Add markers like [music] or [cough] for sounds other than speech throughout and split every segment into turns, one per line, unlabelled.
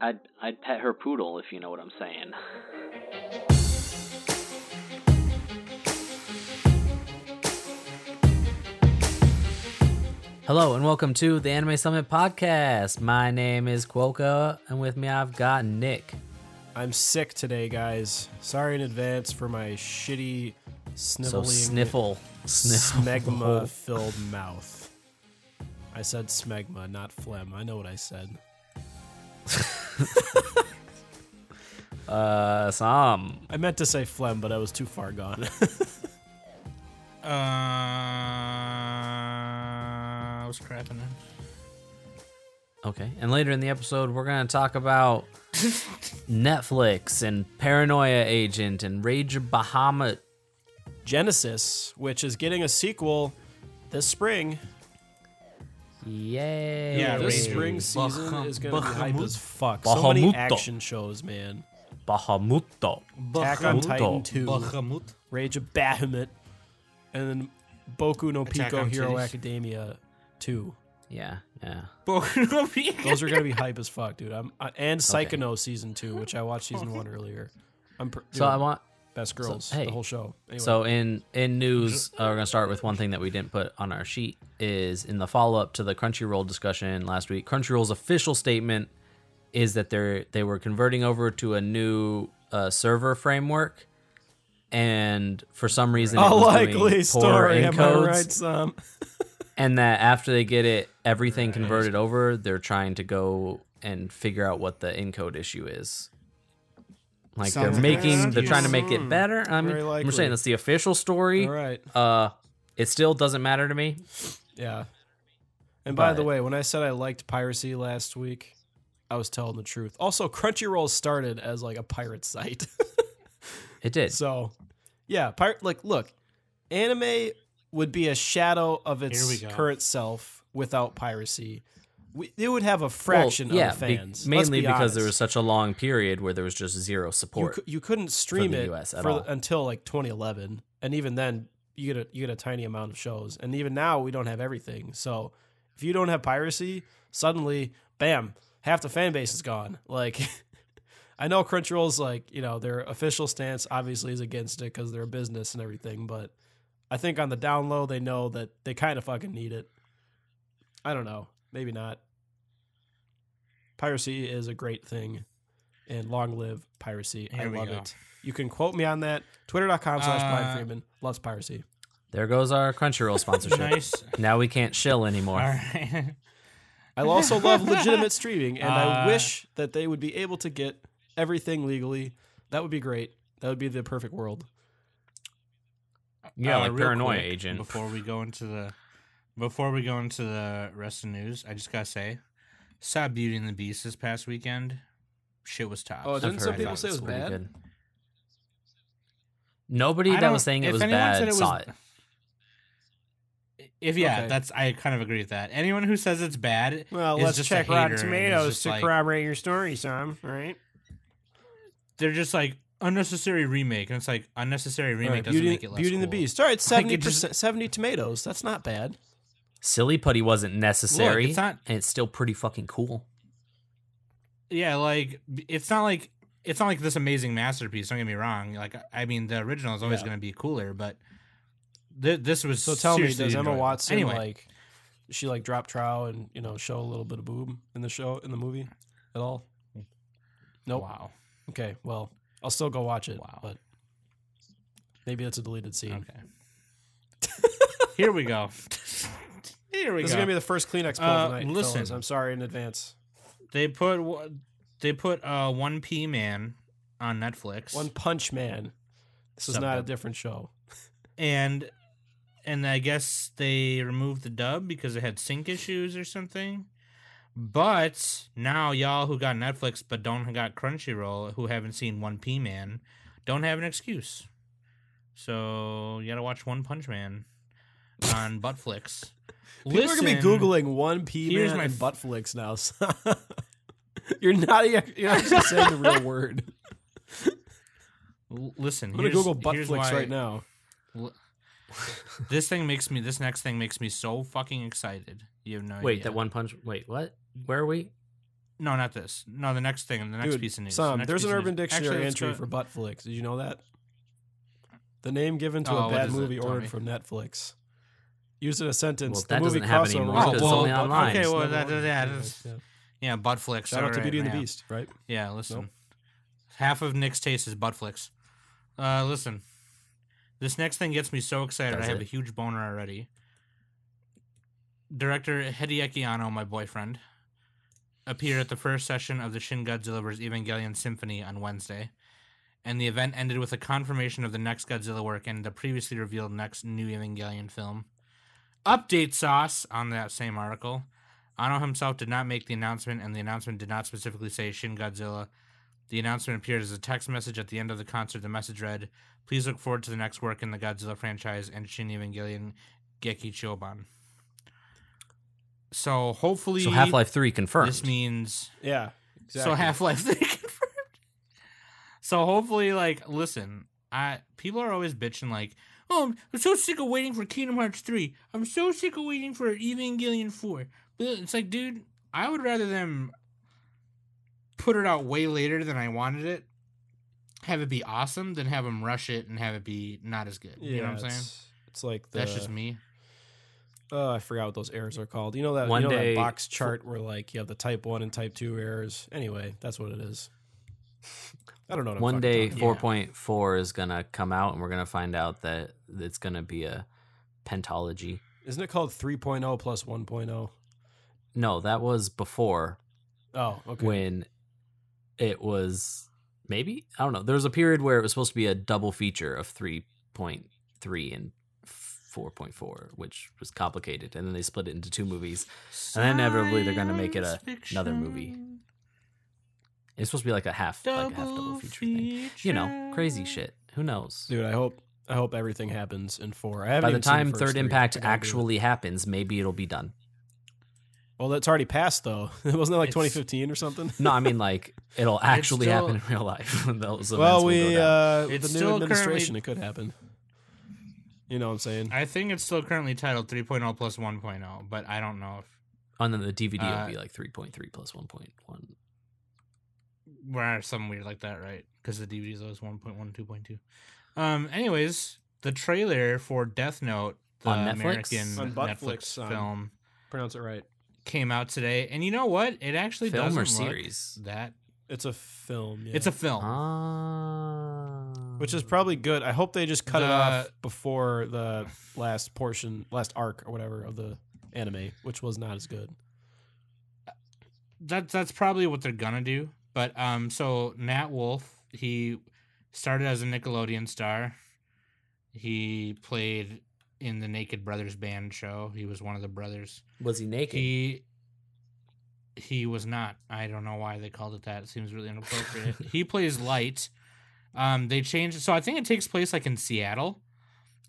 I'd I'd pet her poodle if you know what I'm saying.
Hello and welcome to the Anime Summit podcast. My name is Quoka, and with me I've got Nick.
I'm sick today, guys. Sorry in advance for my shitty
So
sniveling
sniffle, sniffle.
smegma filled mouth. I said smegma, not phlegm. I know what I said.
[laughs] Uh, Sam.
I meant to say phlegm, but I was too far gone. [laughs]
Uh, I was crapping.
Okay. And later in the episode, we're gonna talk about
[laughs]
Netflix and Paranoia Agent and Rage of Bahamut.
Genesis, which is getting a sequel this spring.
Yay!
Yeah,
This
Rage of
spring season
Baham-
is gonna be hype
Bahamut.
as fuck. So many
Bahamuto.
action shows, man.
Bahamuto.
Attack on
Bahamuto.
Titan 2,
Bahamut.
Rage of Bahamut, and then Boku no
Attack
Pico
on
Hero
Titties.
Academia 2.
Yeah, yeah.
Boku no Pico.
Those are gonna be hype as fuck, dude. I'm uh, and Psychono season two, which I watched season one earlier. I'm pr-
So I want.
best girls,
hey.
the whole show. Anyway, [laughs]
So in in news, uh, we're gonna start with one thing that we didn't put on our sheet is in the follow up to the Crunchyroll discussion last week. Crunchyroll's official statement is that they're they were converting over to a new uh, server framework, and for some reason, it
a
was doing
likely
poor
story. Am I
encodes,
right, Sam?
And that after they get it, everything converted over, they're trying to go and figure out what the encode issue is. Like
Sounds
they're
like an
making, they're trying to make it
excuse.
better. I mean,
Very
I'm
likely.
saying that's the official story.
All right.
Uh, it still doesn't matter to me.
Yeah. And by the
But-
way, when I said I liked piracy last week, I was telling the truth. Also, Crunchyroll started as like a pirate site. [laughs]
It did.
so, yeah, pirate. Like, look, anime would be a shadow of its
Here we go.
current self without piracy. We, it would have a fraction
Well, yeah,
of
be-
fans. Let's
mainly
be
because there
honest.
was such a long period where there was just zero
you,
support.
cou- you couldn't stream
the
it
US at
for,
all.
until like 2011, and even then, you get a you get a tiny amount of shows, and even now we don't have everything. So if you don't have piracy, suddenly, bam, half the fan base is gone. [laughs] Like, I know Crunchyroll's like you know their official stance obviously is against it because they're a business and everything, but I think on the down low they know that they kind of fucking need it. I don't know, maybe not. Piracy is a great thing, and long live piracy.
Here
I
we
love
go.
it. You can quote me on that. Twitter.com slash Brian
Uh,
Freeman loves piracy.
there goes our Crunchyroll
[laughs]
sponsorship.
Nice.
[laughs] Now we can't shill anymore.
All right. [laughs]
I also love legitimate streaming, and I
Uh,
wish that they would be able to get everything legally. That would be great. That would be the perfect world.
Yeah,
Uh,
like
real
Paranoia
quick,
Agent.
Before we go into the, before we go into the rest of the news, I just gotta say, saw Beauty and the Beast this past weekend. Shit was top.
Oh, didn't
I've
some
heard
people
that
say it was
pretty
bad?
Nobody
I
that
don't-
was saying it
if
was
anyone
bad
said it was-
saw it.
If yeah,
Okay.
that's I kind of agree with that. Anyone who says it's bad,
Well,
is
let's
just
check
a
Rotten
hater and is
Tomatoes
just
to
like-
corroborate your story, Sam. Right?
they're just like unnecessary remake, and it's like unnecessary remake doesn't
Beauty,
make it less.
Beauty and the
cool.
Beast. All right, [laughs]
Like,
seventy
it just-
percent, seventy tomatoes. That's not bad.
Silly putty wasn't necessary,
Look, it's not-
and it's still pretty fucking cool.
[laughs]
Yeah, like b- it's not like it's not like this amazing masterpiece. Don't get me wrong. Like I mean, the original is always
Yeah.
going to be cooler, but th- this was
So tell me,
seriously
does Emma
enjoyable.
Watson
Anyway,
like? does She like drop trow and you know show a little bit of boob in the show in the movie at all? Nope.
wow.
Okay, well, I'll still go watch it.
Wow.
But maybe that's a deleted scene.
Okay. Here we
[laughs]
go. Here we
This is
go.
gonna be the first Kleenex pull
Uh,
tonight.
listen.
fellas. I'm sorry in advance.
they put wa- they put uh, One P Man on Netflix.
One Punch Man. This is
Sup,
not a
dude?
different show.
and and I guess they removed the dub because it had sync issues or something. But now y'all who got Netflix but don't got Crunchyroll who haven't seen One P Man don't have an excuse. So you gotta watch One Punch Man
[laughs]
on Buttflix.
People are gonna be
Listen-
googling One P
here's
Man
my
and
f-
butt flicks now. so- [laughs] you're not e-, you're not actually saying the real word.
L- Listen,
I'm gonna
here's-
Google butt
here's
flicks
why-
right now.
This thing makes me. This next thing makes me so fucking excited. You have no idea.
Wait, that one punch. Wait, what? Where are we?
No, not this. No, the next thing. The next
Dude,
piece of news. The
Sam,
next
there's
piece
an
of
Urban
news. Actually,
Dictionary
let's
entry
go-
for butt flicks. Did you know that? The name given to
Oh,
a
what
bad
is it?
movie
Tell
ordered
me.
from Netflix. Used in a sentence.
Well,
the
that
movie
doesn't happen
crossover
anymore
was
Oh,
because
just-
well,
it's only online.
okay, well,
Never
that-
mind.
yeah,
Yeah,
that's-
yeah.
Yeah, butt flicks.
Shout out to
alright,
Beauty and the
yeah.
Beast, right?
Yeah, listen.
Nope.
Half of Nick's taste is butt flicks. Uh, listen, this next thing gets me so excited.
Does
I have
it?
a huge boner already. Director Hideaki Anno, my boyfriend, appeared at the first session of the Shin Godzilla vs. Evangelion Symphony on Wednesday, and the event ended with a confirmation of the next Godzilla work and the previously revealed next new Evangelion film. Update sauce on that same article. Ano himself did not make the announcement, and the announcement did not specifically say Shin Godzilla. The announcement appeared as a text message at the end of the concert. The message read, Please look forward to the next work in the Godzilla franchise and Shin Evangelion Geki Choban. So hopefully
So Half Life Three confirmed.
this means
Yeah. Exactly.
so Half Life [laughs] they confirmed. So hopefully, like, listen, I people are always bitching like, oh, I'm so sick of waiting for Kingdom Hearts three. I'm so sick of waiting for Evangelion four. But it's like, dude, I would rather them put it out way later than I wanted it. Have it be awesome than have them rush it and have it be not as good.
yeah,
you know what I'm saying?
It's, it's like the,
That's just me.
Oh, I forgot what those errors are called. You know that
One
you know
day-
that box chart where like you have the type one and type two errors. Anyway, that's what it is. I don't know. What I'm
One
fucking
day,
talking
Yeah.
four point four is gonna come out, and we're gonna find out that it's gonna be a pentology.
about. isn't it called 3.0 plus oh? 1.0?
No, that was before
Oh, okay.
when it was maybe I don't know. There was a period where it was supposed to be a double feature of three point three and four point four, which was complicated, and then they split it into two movies. And then inevitably they're gonna make it a-
Science
another movie.
fiction,
It's supposed to be like a half, like a half double feature thing. You know, crazy
feature.
shit. Who knows?
Dude, I hope I hope everything happens in four. I haven't
By the
even seen
time
first
Third
three.
Impact
I gotta do it.
actually happens, maybe it'll be done.
well, that's already passed though. [laughs] Wasn't that like
It's-
2015
[laughs]
or something?
No, I mean like it'll actually
still-
happen in real life. [laughs] Those events
well,
will go
we
down.
uh, with
It's
the new
still
administration, it could happen. You know what I'm saying?
I think it's still currently titled 3.0 plus 1.0, but I don't know if
and then the DVD
uh,
will be like three point three plus one point one.
we're at some weird like that, right? Because the DVD is always 1.1, 2.2. Um, anyways, the trailer for Death Note, the
On Netflix?
American
On Buttflix,
Netflix
um,
film,
Pronounce it right.
came out today, and you know what? It actually
Film
doesn't
or
look
series?
that
It's a film. Yeah.
it's a film.
Ah,
Oh. which is probably good. I hope they just cut it
The-
off before the last portion, last arc or whatever of the anime, which was not as good.
That's that's probably what they're gonna do. But um, so Nat Wolf, he started as a Nickelodeon star. He played in the Naked Brothers band show. He was one of the brothers.
was he naked?
He he was not. I don't know why they called it that. It seems
[laughs]
really inappropriate. he plays Light. Um, they changed. So I think it takes place like in Seattle,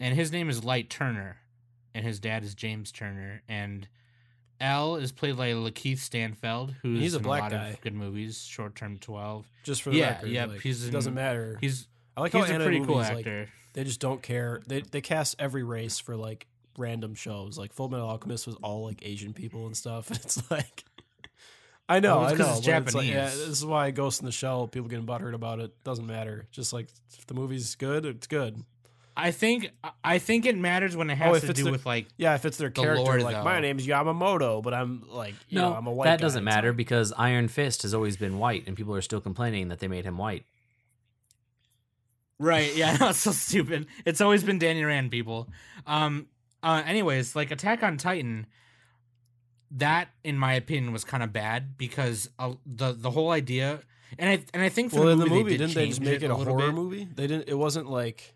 and his name is Light Turner, and his dad is James Turner, and L is played by Lakeith Stanfield, who's
He's a
in
black
lot
guy.
of good movies. Short Term Twelve.
Just for the
Yeah,
record,
yep,
like,
he's
it
in-
doesn't matter.
He's
I like how
he's a
anime
pretty cool
movies, like,
actor.
they just don't care. They they cast every race for like random shows. Like Full Metal Alchemist was all like Asian people and stuff. [laughs] It's like I know,
Well, it's
I
'cause
know.
it's
but like, yeah,
Japanese.
this is why Ghost in the Shell. People getting butthurt about it doesn't matter. Just like if the movie's good, it's good.
I think I think it matters when it has
Oh, if
to
it's
do
the-
with like
Yeah, if it's their
The
character,
lore,
like
though.
my name's Yamamoto, but I'm like, you
no,
know, I'm a white.
that
guy.
doesn't
It's
matter
like-
because Iron Fist has always been white, and people are still complaining that they made him white.
Right. Yeah. [laughs] I know, it's so stupid. It's always been Danny Rand, people. Um. Uh. Anyways, like Attack on Titan, that in my opinion was kind of bad because uh, the the whole idea, and I and I think for
well,
the
in the
movie,
movie,
they did
didn't they just
change
make it a,
little
horror
bit.
movie? They didn't. It wasn't like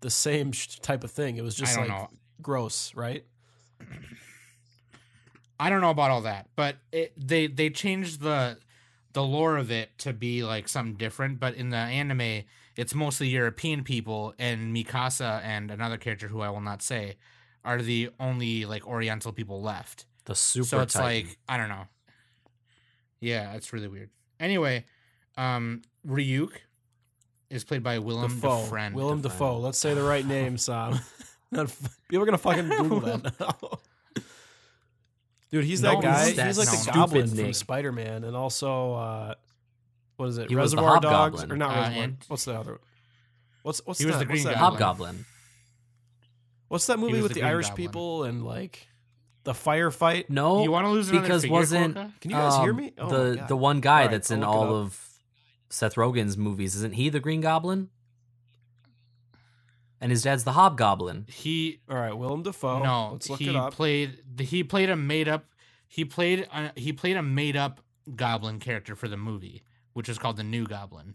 the same sh- type of thing. It was just
I
like
don't know.
gross, right?
I don't know about all that, but it, they they changed the the lore of it to be like something different. But in the anime, it's mostly European people, and Mikasa and another character who I will not say are the only like Oriental people left.
The super
so it's
Titan.
like I don't know. Yeah, it's really weird. Anyway, um, Ryuk is played by Willem
Defoe,
Dafoe.
Willem
Dafoe.
Dafoe. Let's say the right [laughs] name, Sam. Not f- People are gonna fucking Google that now. Dude, he's
No,
that guy.
he's that
he's like the
stupid
goblin from
Nick.
Spider Man, and also uh, what is it?
He was the
Reservoir Dogs
Hobgoblin.
or not?
Uh,
Reservoir,
and-
what's the other? What's what's
He was
that?
the Green
what's that movie?
Goblin.
Hobgoblin.
What's that movie
was
with
the
the,
Green
Irish
Goblin.
people and like the firefight?
No,
you want to lose another
because
figure,
wasn't-
Gorka?
Can you guys hear
um,
me? Oh my
the
God.
the one guy
All right,
that's
I'll
in
look it
all
up.
of Seth Rogen's movies isn't he the Green Goblin? And his dad's the Hobgoblin.
he
All right, Willem Dafoe.
no
Oh, let's look
he
it up.
played he played a made up he played a, he played a made up goblin character for the movie which is called the new goblin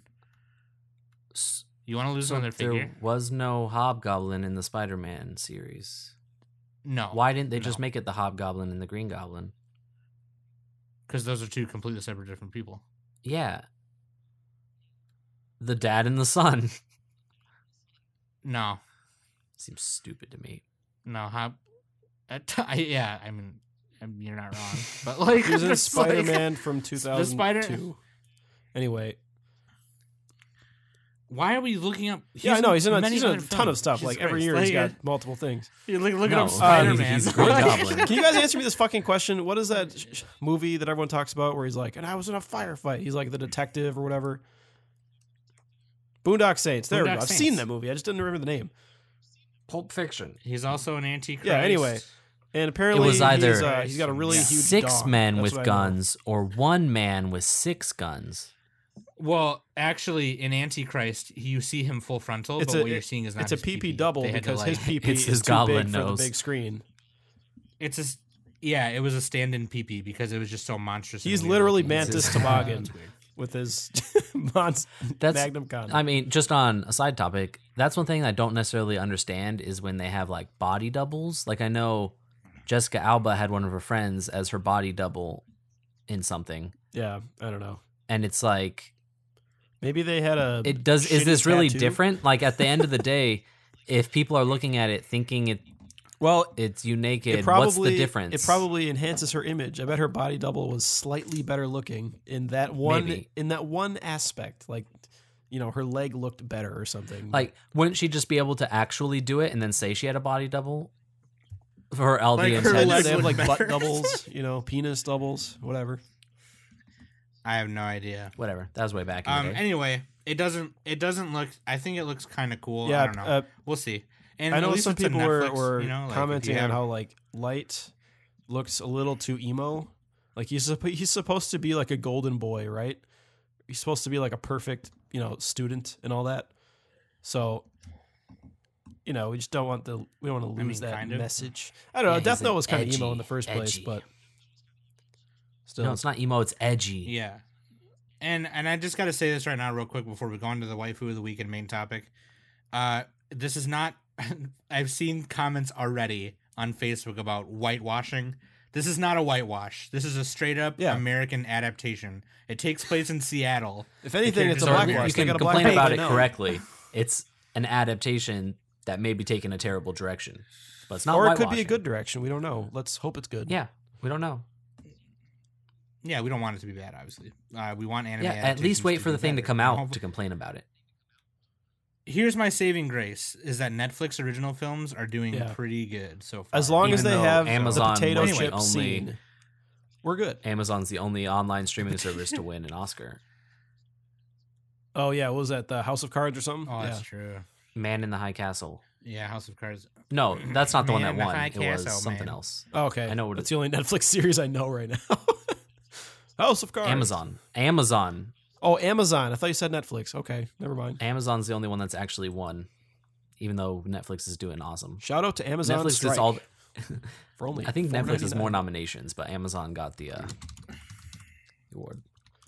S-
you want to lose
so
another
there
figure
was no Hobgoblin in the Spider-Man series.
Oh,
no
Why didn't they just
no.
make it the Hobgoblin and the Green Goblin?
because those are two completely separate different people
Yeah, the dad and the son
no
[laughs] seems stupid to me.
no how [laughs] yeah i mean I mean, you're not wrong but like [laughs]
He was in
it's like-
Spider Man from two
[laughs] the
thousand
Spider-
two. Anyway,
why are we looking up
yeah, I know he's in a,
many
he's in a
other
ton of
films.
stuff.
Jesus
like every
Christ,
year, he's
like,
got multiple things.
[laughs] you look, look
No,
up
he's-
spider-man
he's the Green Goblin.
Can you guys answer me this fucking question? What is that sh- movie that everyone talks about where he's like, and I was in a firefight? He's like the detective or whatever. Boondock Saints. There we
Boondock
go. I've
Saints.
seen that movie. I just didn't remember the name.
Pulp Fiction.
[laughs] he's also an antichrist
Yeah, anyway. And apparently,
was either
he's, uh, he's got a really
Yeah.
huge
Six
dog.
men
That's
with
what I know.
guns or one man with six
[laughs]
guns.
Well, actually, in Antichrist, you see him full frontal,
It's
but
a-
what you're seeing is not.
It's a
his
PP
PP
double
They had to,
because
like-
his PP
It's
is
his
too
goblin
big for
nose.
the big screen.
It's a s- yeah, it was a stand-in PP because it was just so monstrous. and
He's
weird
literally
looking. It's
Mantis
[laughs] just-
Toboggan.
it's weird.
with his [laughs] monster
[laughs] That's-
Magnum Con.
I mean, just on a side topic, that's one thing I don't necessarily understand is when they have like body doubles. Like I know Jessica Alba had one of her friends as her body double in something,
yeah, I don't know.
and it's like
Maybe they had a.
it does. Is
shitty
this really
tattoo?
different? Like at the end
[laughs]
of the day, if people are looking at it thinking it
Well,
it's you naked,
it probably
what's the difference?
It probably enhances her image. I bet her body double was slightly better looking in that one
Maybe.
in that one aspect. Like, you know, her leg looked better or something.
like wouldn't she just be able to actually do it and then say she had a body double for her LDN?
Like, her
I
tattoo?
know
legs
they have
[laughs]
like
look better.
butt doubles, you know, penis doubles, whatever.
I have no idea.
[laughs] Whatever. That was way back. In
Um.
the day.
Anyway, it doesn't. It doesn't look. I think it looks kind of cool.
yeah,
I don't know.
uh,
we'll see. And
I
at
know
least
some
it's a
people
Netflix,
were, were
you know, like, if you
commenting on
have-
how like light looks a little too emo. Like he's suppo- he's supposed to be like a golden boy, right? He's supposed to be like a perfect, you know, student and all that. So, you know, we just don't want the we don't want to
I
lose
mean,
that
kind of.
message. I don't know.
Yeah,
Death
he's
Note
an
was kind of emo
edgy-
in the first place,
edgy.
but still,
no, it's not emo. It's edgy.
Yeah. And and I just got to say this right now, real quick, before we go on to the waifu of the week and main topic. Uh, this is not. [laughs] I've seen comments already on Facebook about whitewashing. This is not a whitewash. This is a straight up
Yeah.
American adaptation. It takes place in Seattle.
if anything, it's
characters
a
are
So
black
blackwash.
you-
wash.
you
They
can
got a
complain
black
about
guy
it
now.
correctly. It's an adaptation that may be taken a terrible direction, but it's not.
or it could be a
whitewashing.
good direction. We don't know. Let's hope it's good.
Yeah, we don't know.
Yeah, we don't want it to be bad, obviously. Uh, we want anime.
yeah, at
adaptations
least wait for
be
the thing to
better.
come out
Hopefully-
to complain about it.
[laughs] Here's my saving grace: is that Netflix original films are doing
Yeah.
pretty good so far.
As long
Even
as they
though
have
Amazon
the potato
was the
chip
only-
scene, we're good.
Amazon's the only online streaming service to win an Oscar.
Oh yeah, what was that the House of Cards or something?
oh,
yeah.
that's true.
Man in the High Castle.
Yeah, House of Cards.
No, that's not the
Man
one
in
that
the
won.
High
It
Castle,
was something
man.
else.
Oh, okay,
I know what
That's
it-
the only Netflix [laughs] series I know right now. [laughs] House of Cards.
Amazon. Amazon.
Oh, Amazon. I thought you said Netflix. Okay, never mind.
Amazon's the only one that's actually won, even though Netflix is doing awesome.
Shout out to Amazon.
Netflix
Strike
is all.
for only
I think Netflix has
$4.99.
more nominations, but Amazon got the uh, award.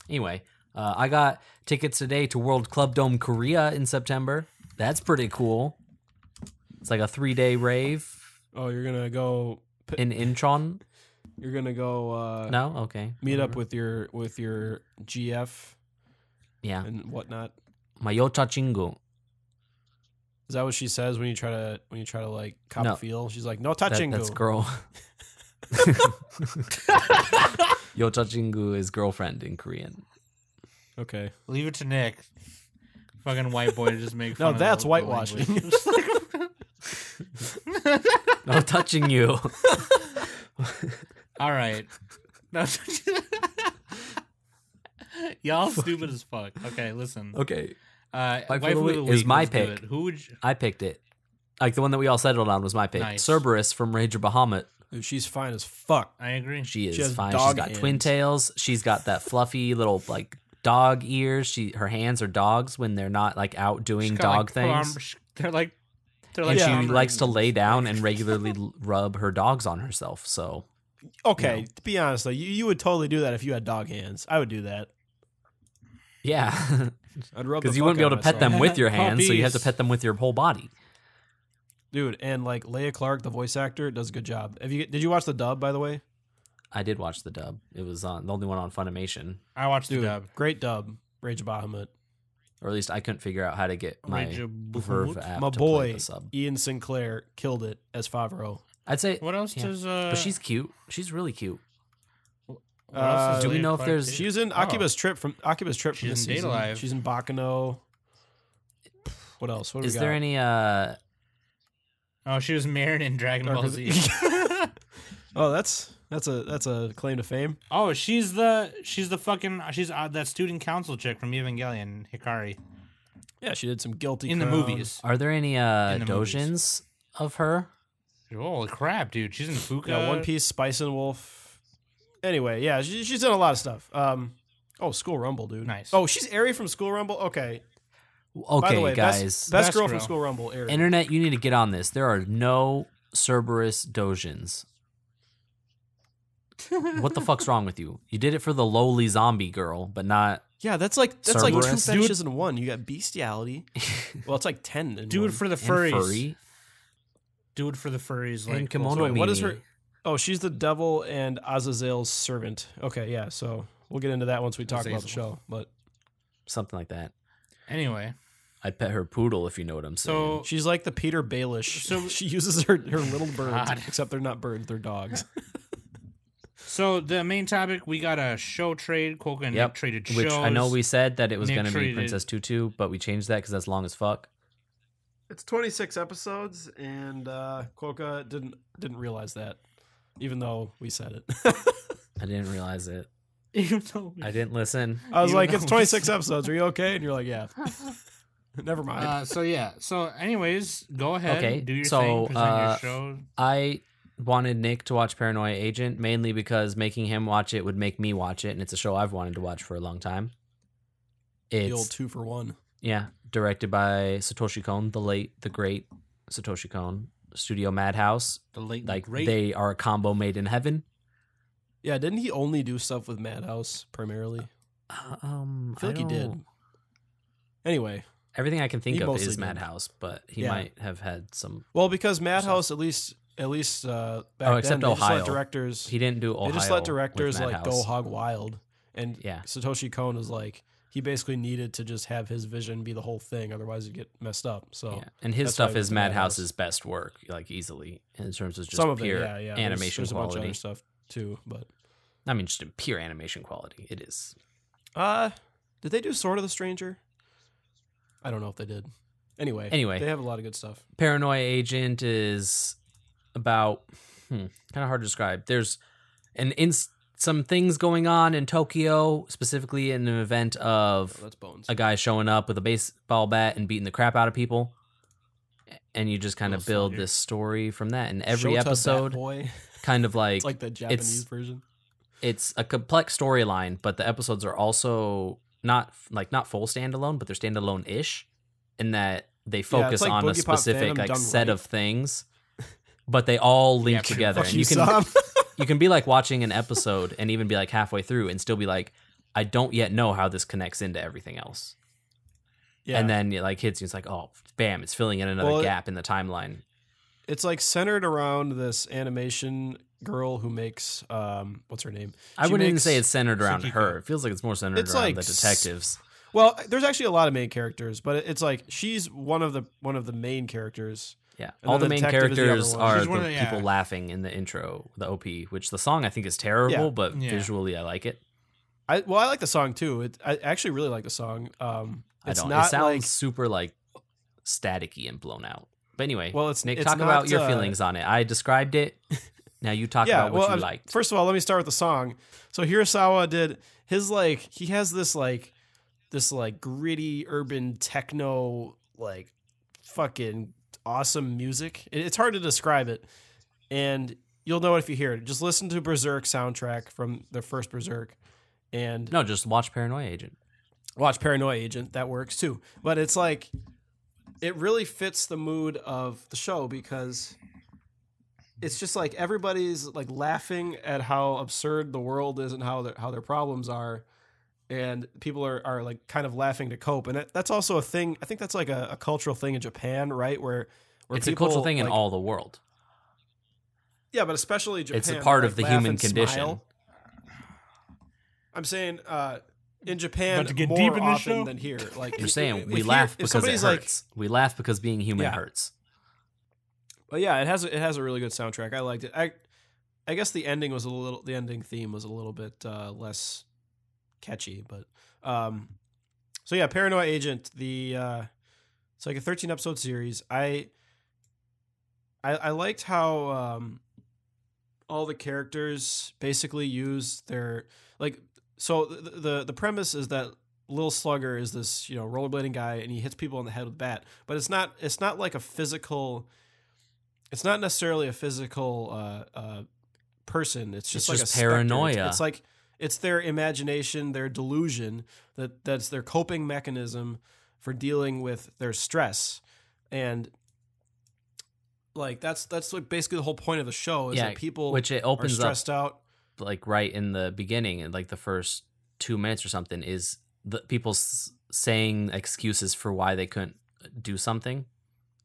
Anyway, uh, I got tickets today to World Club Dome Korea in September. That's pretty cool. It's like a three day rave
Oh, you're gonna go.
in Incheon.
You're gonna go. Uh,
No, Mm-hmm. okay.
Meet up with your with your GF
Yeah,
and whatnot.
my Yota Chingu.
Is that what she says when you try to when you try to like cop
No.
a feel? She's like, no
That,
touching.
that's
goo."
girl. Yota Chingu is girlfriend in Korean.
Okay.
Leave it to Nick. Fucking white boy to just
[laughs]
make
No,
fun. of
that's
the- the
whitewashing.
language.
[laughs]
No touching you.
All right. No. [laughs] Y'all stupid as fuck. Okay, listen.
Okay.
Uh,
Wife of
Wife
the
of
Week
the
is
Week,
my
let's do
pick.
it. Who would you-
I picked it. Like the one that we all settled on was my pick.
Nice.
Cerberus from Ranger Bahamut.
Dude, she's fine as fuck.
I agree.
She is
has
fine. She's
dog
got twin
hands.
tails. She's got that fluffy little like dog ears. She her hands are dogs when they're not like out
She's
doing
got,
dog
like, prom-
things.
sh- They're like, they're
and
like.
she
prom
likes to
rings.
lay down and regularly l- rub her dogs on herself. So
Okay, to be honest though, you, you would totally do that if you had dog hands. I would do that.
yeah,
I'd rub
because
the
you wouldn't be able
fuck
to
out of
pet
myself.
them with your hands, so you have to
Puppies.
pet them with your whole body.
dude. And like Leia Clark, the voice actor, does a good job. Have you did you watch the dub by the way?
I did watch the dub. It was on the only one on Funimation,
I watched
Dude,
the dub.
great dub, Rage of Bahamut.
or at least I couldn't figure out how to get my
Rage of
Verve
Bahamut.
app
My
to play
boy.
the sub.
Ian Sinclair killed it as Favreau.
I'd say,
What else
Yeah.
does? Uh,
but she's cute. She's really cute.
what else
Uh,
does
Do we
Leah
know if
Clark
there's-
do?
She was in
Oh.
Akiba's trip from Akiba's trip
She's
from this
in Data
season.
Live.
She's in Bakano. What else? What do
Is
we
there
got?
any uh
Oh, she was Marin in Dragon
Darker
Ball
than-
Z.
oh, that's that's a that's a claim to fame.
oh, she's the she's the fucking she's uh, that student council chick from Evangelion, Hikari,
Yeah, she did some guilty
in the
Crown.
movies.
Are there any uh
In the movies.
dojins of her?
Holy crap, dude! She's in Fuka.
Yeah, One Piece, Spice and Wolf. Anyway, yeah, she, she's done a lot of stuff. Um, oh, School Rumble, dude.
Nice.
Oh, she's Aerie from School Rumble. Okay.
Okay,
By the way,
guys.
best, best
Best
girl,
girl.
from School Rumble, Aerie.
Internet, you need to get on this. There are no Cerberus
[laughs]
dojins. what the fuck's wrong with you? You did it for the lowly zombie girl, but not
yeah, that's like that's like two
Cerberus.
fetishes in one. You
[laughs]
got bestiality. well, it's like ten. In
Do
one.
it for the
and
furries.
furry.
Do it for the furries.
And
Like
kimono
wait, what is
Mimi.
her- Oh, she's the devil and Azazel's servant. Okay, yeah. So we'll get into that once we talk about the show. But
Something like that.
Anyway,
I pet her poodle if you know what I'm saying.
so
she's like the Peter Baelish. [laughs]
So-
she uses her, her little birds,
God.
except they're not birds; they're dogs.
so the main topic we got a show trade. Coca and
Yep,
Nick traded shows.
Which I know we said that it was
Nick
going to be
treated-
Princess Tutu, but we changed that because that's long as fuck.
It's 26 episodes, and uh, Quokka didn't didn't realize that, even though we said it. [laughs]
I didn't realize it.
[laughs] Even though we-
I didn't listen.
I was
Even
like,
though
"It's
we
26 episodes. Are you okay?" And you're like, "Yeah." [laughs] Never mind.
[laughs] Uh, so yeah. So anyways, go ahead.
Okay,
Do your
so,
thing. Present
uh,
your show.
I wanted Nick to watch Paranoia Agent mainly because making him watch it would make me watch it, and it's a show I've wanted to watch for a long time.
the old
It's
two for one.
yeah, directed by Satoshi Kon, the late, the great Satoshi Kon. Studio Madhouse,
The late
like
great.
they are a combo made in heaven.
Yeah, didn't he only do stuff with Madhouse primarily?
Um,
I feel like he
don't-
did. Anyway,
Everything I can think
He
of
mostly
is
did.
Madhouse, but he
Yeah.
might have had some.
well, because Madhouse at least at least uh, back
Oh, except
then, they just
Ohio.
let directors
He didn't do Ohio.
they just let
with
directors like go
Madhouse.
hog wild, and
Yeah.
Satoshi Kon is like he basically needed to just have his vision be the whole thing, otherwise you'd get messed up. So.
Yeah. And his
That's why I
stuff
went
is
to Madhouse.
Madhouse's best work, like easily in terms of just
some of it,
pure
yeah, yeah. There's-
animation
there's, a bunch of
quality.
other stuff too, but
I mean, just in pure animation quality, it is.
uh, did they do Sword of the Stranger? I don't know if they did. Anyway,
Anyway.
they have a lot of good stuff.
Paranoia Agent is about hmm, kind of hard to describe. There's an in some things going on in Tokyo, specifically in an event
Oh,
of
that's Bones.
a guy showing up with a baseball bat and beating the crap out of people. And you just kind of
Little
build
soldier.
this story from that. And every
Shota Bat
episode,
boy.
kind of like
It's like the Japanese version.
it's a complex storyline, but the episodes are also not like not full standalone, but they're standalone ish in that they focus
like
on a
Boogie Pop
specific
Phantom
like
done
set
right.
of things, but they
[laughs]
all link
pretty
together.
Fuck
And you can
Sam.
[laughs]
[laughs]
you can be like watching an episode and even be like halfway through and still be like, I don't yet know how this connects into everything else.
yeah,
And then it like hits you, it's like, oh, bam, it's filling in another
Well, it-
gap in the timeline.
it's like centered around this animation girl who makes um, what's her name?
I
she
wouldn't even
makes-
say it's centered around
Tsukiko.
her. It feels like it's more centered
It's
around
like
the
s-
detectives.
Well, there's actually a lot of main characters, but it's like she's one of the one of the main characters.
Yeah,
And
all
then
the
the
main
detective is the other
characters
one.
are
She's
the
one of the- yeah.
people laughing in the intro, the OP, which the song I think is terrible,
Yeah.
but
Yeah.
visually I like it.
I well, I like the song too. It, I actually really like the song. Um,
I
it's
don't.
not
it sounds
like
super like staticky and blown out. But anyway,
Well, it's-
Nick,
it's
talk about
not,
your
uh,
feelings on it. [laughs] I described it. Now you talk
yeah,
about what
well,
you
I've-
liked.
First of all, let me start with the song. So Hirasawa did his like he has this like this like gritty urban techno like fucking awesome music. It- it's hard to describe it, and you'll know it if you hear it. Just listen to Berserk soundtrack from the first Berserk, and
no, just watch Paranoia Agent.
watch Paranoia Agent. That works too. But it's like it really fits the mood of the show because it's just like everybody's like laughing at how absurd the world is and how their, how their problems are and people are, are like kind of laughing to cope and that, that's also a thing i think that's like a, a cultural thing in japan right where, where
it's a cultural
people,
thing in
like-
all the world.
yeah but especially japan
it's a part
like,
of the
laugh
human
and
condition.
smile. i'm saying uh in japan
About to get
more
deep in this
often
show?
than here like
You're
if-
saying
if
we
here-
laugh
if
because it
somebody's, like,
hurts. we laugh because being human
Yeah.
hurts.
But yeah, it has it has a really good soundtrack. I liked it. I I guess the ending was a little the ending theme was a little bit uh, less catchy, but um so yeah, Paranoia Agent, the uh it's like a 13 episode series. I I I liked how um all the characters basically use their like so the the, the premise is that Lil Slugger is this, you know, rollerblading guy and he hits people on the head with a bat, but it's not it's not like a physical it's not necessarily a physical uh, uh, person. It's just
It's
like
just
a specter. It's-
paranoia.
It's like it's their imagination, their delusion that that's their coping mechanism for dealing with their stress, and like that's that's like basically the whole point of the show is
Yeah,
that people
Which it
are
opens up
stressed out.
like right in the beginning and like the first two minutes or something is the people s- saying excuses for why they couldn't do something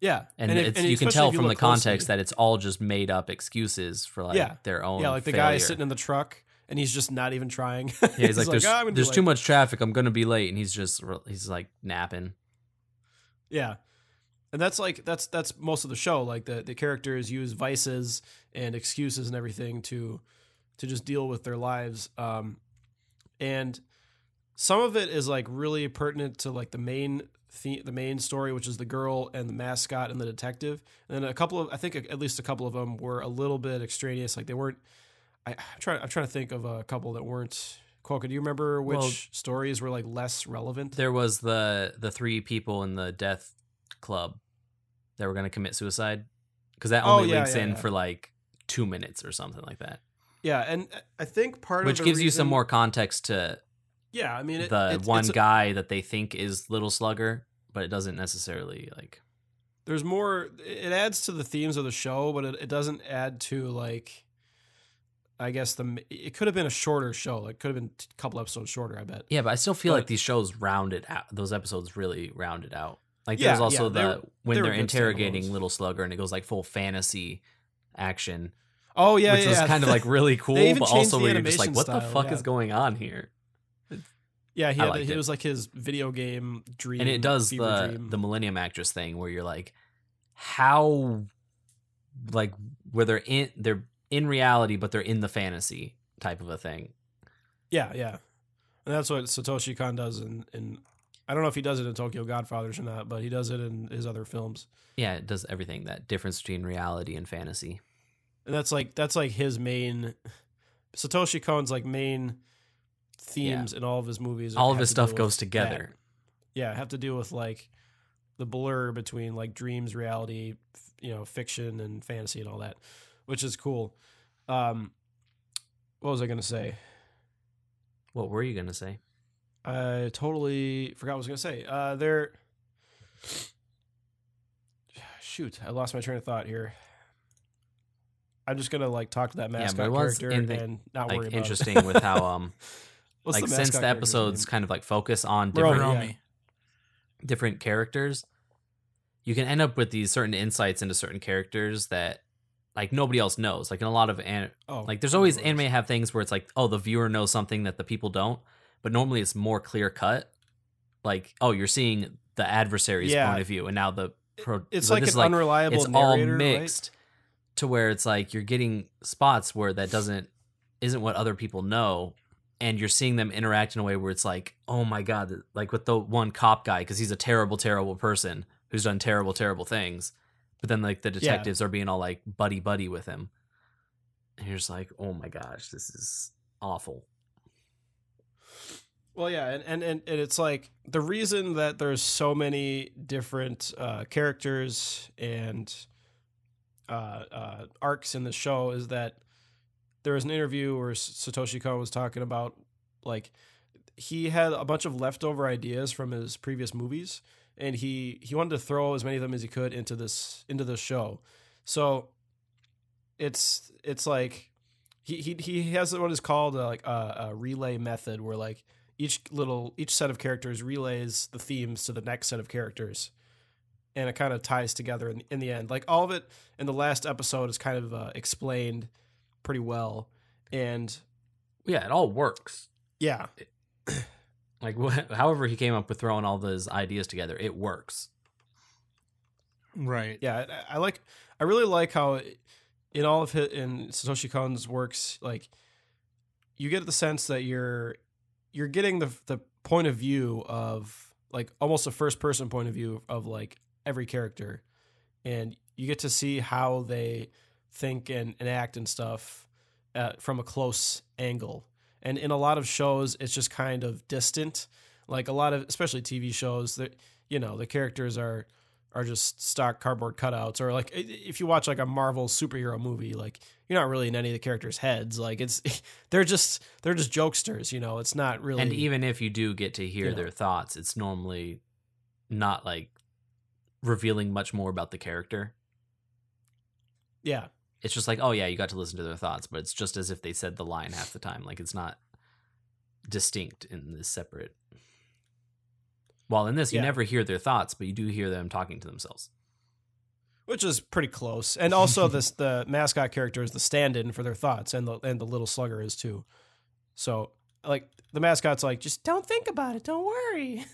Yeah,
and,
if-
it's, you can
especially
tell
if
from the
look closely.
context that it's all just made up excuses for like
Yeah.
their own
yeah, like the guy
failure.
sitting in the truck and he's just not even trying. [laughs]
yeah, he's like, there's,
"Ah, I'm gonna be
there's
late."
too much traffic. I'm gonna be late, and he's just re- he's like napping.
Yeah. And that's like that's that's most of the show. Like the, the characters use vices and excuses and everything to to just deal with their lives. Um and some of it is like really pertinent to like the main the, the main story, which is the girl and the mascot and the detective. And then a couple of I think at least a couple of them were a little bit extraneous. Like they weren't I, I'm trying I'm trying to think of a couple that weren't Quokka, do you remember which
Well-
stories were like less relevant?
There was the the three people in the death club that were gonna commit suicide because that
Oh,
only
yeah,
links
yeah,
in
yeah.
for like two minutes or something like that,
Yeah, and I think part
which
of the
gives you some
reason-
more context to
Yeah, I mean, it,
the
it's-
one
it's-
guy that they think is Little Slugger, but it doesn't necessarily like.
There's more. It adds to the themes of the show, but it, it doesn't add to like. I guess the it could have been a shorter show. Like could have been a couple episodes shorter. I bet.
Yeah, but I still feel like
But-
these shows rounded out. Those episodes really rounded out. Like
Yeah,
there's also
yeah, they
the
were-
when
they were
they're
good
interrogating
standalones.
Little Slugger and it goes like full fantasy action,
Oh yeah,
which
yeah.
was
yeah.
kind of like really cool,
even
but
changed
also
the
where you're just like,
animation
what the
style,
fuck
yeah.
is going on here?
[laughs] yeah, he
I
had,
liked
it.
it.
was like his video game dream,
and it does
fever
the
dream.
the Millennium Actress thing where you're like, how, like where they're in they're in reality but they're in the fantasy type of a thing.
yeah, yeah, and that's what Satoshi Kon does. In, in I don't know if he does it in Tokyo Godfathers or not, but he does it in his other films.
Yeah, it does everything. That difference between reality and fantasy.
and that's like that's like his main Satoshi Kon's like main themes in all of his movies.
All of
have
his
to
stuff
deal
goes
with
together.
that. Yeah, have to deal with like the blur between like dreams, reality, f- you know, fiction and fantasy and all that, which is cool. Um, what was I gonna say?
What were you gonna say?
I totally forgot what I was gonna say. Uh, there. [sighs] Shoot, I lost my train of thought here. I'm just gonna like talk to that
but it
mascot
was
character
in the-
and not worry
Like
about it.
interesting with how um
[laughs] What's
like since
mascot
the
character's
episodes
name?
kind of like focus on
Romy,
different
yeah.
Romy.
different characters, you can end up with these certain insights into certain characters that like nobody else knows. Like in a lot of an-
Oh,
like there's always
Romy.
anime have things where it's like oh the viewer knows something that the people don't, but normally it's more clear cut. Like oh you're seeing the adversary's
Yeah.
point of view and now the pro-
It's
so
like
this
an
is
unreliable
it's
narrator,
all
right?
mixed to where it's like you're getting spots where that doesn't isn't what other people know and you're seeing them interact in a way where it's like oh my god like with the one cop guy because he's a terrible terrible person who's done terrible terrible things but then like the detectives are being all like buddy buddy with him And you're just like, oh my gosh, this is awful.
Well, yeah, and, and, and and it's like the reason that there's so many different uh, characters and uh, uh, arcs in the show is that there was an interview where S- Satoshi Kon was talking about like he had a bunch of leftover ideas from his previous movies, and he he wanted to throw as many of them as he could into this into this show. So it's it's like he he he has what is called a, like a, a relay method, where like each little each set of characters relays the themes to the next set of characters and it kind of ties together in, in the end like all of it in the last episode is kind of uh, explained pretty well and
Yeah, it all works.
yeah
Like, [laughs] wh- however he came up with throwing all those ideas together, it works.
Right.
yeah i, I like i really like how it- in all of his in satoshi kon's works like you get the sense that you're you're getting the the point of view of like almost a first person point of view of like every character and you get to see how they think and, and act and stuff uh, from a close angle and in a lot of shows it's just kind of distant like a lot of especially tv shows that you know the characters are are just stock cardboard cutouts or like i- if you watch like a marvel superhero movie like you're not really in any of the characters heads like it's [laughs] they're just they're just jokesters you know it's not really
And even if you do get to hear
You know.
their thoughts, it's normally not like revealing much more about the character.
yeah
It's just like, oh yeah, you got to listen to their thoughts, but it's just as if they said the line half the time. Like it's not distinct and is separate. While in this, you
Yeah.
never hear their thoughts, but you do hear them talking to themselves.
which is pretty close.
[laughs]
And also, this the mascot character is the stand-in for their thoughts, and the and the little slugger is too. So, like the mascot's like, just don't think about it, don't worry.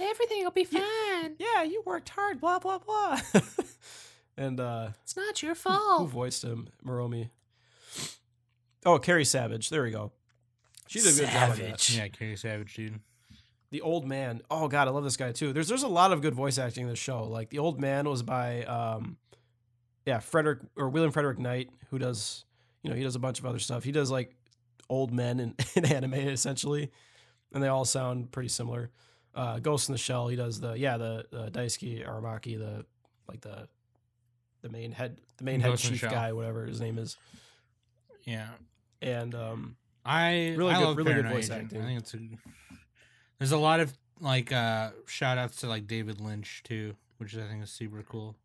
Everything will be fine.
Yeah, you worked hard, blah blah blah. [laughs] and uh,
It's not your
who
fault.
voiced him? Moromi. Oh, Carrie Savage. There we go. She did a good job. on that.
Yeah, Carrie Savage, dude.
The old man. Oh God, I love this guy too. There's there's a lot of good voice acting in this show. Like the old man was by um, yeah Frederick or William Frederick Knight, who does you know he does a bunch of other stuff. He does like old men in, [laughs] in anime essentially, and they all sound pretty similar. Uh, Ghost in the Shell. He does the yeah the, the Daisuke Aramaki, the like the the main head the main head
Ghost in the
chief
Shell.
guy, whatever his name is,
Yeah.
and um,
I
Really
I
good-
love
really good
Paranoid
voice
Agent.
acting.
I think it's a, there's a lot of like uh shout outs to like David Lynch too, which I think is super cool.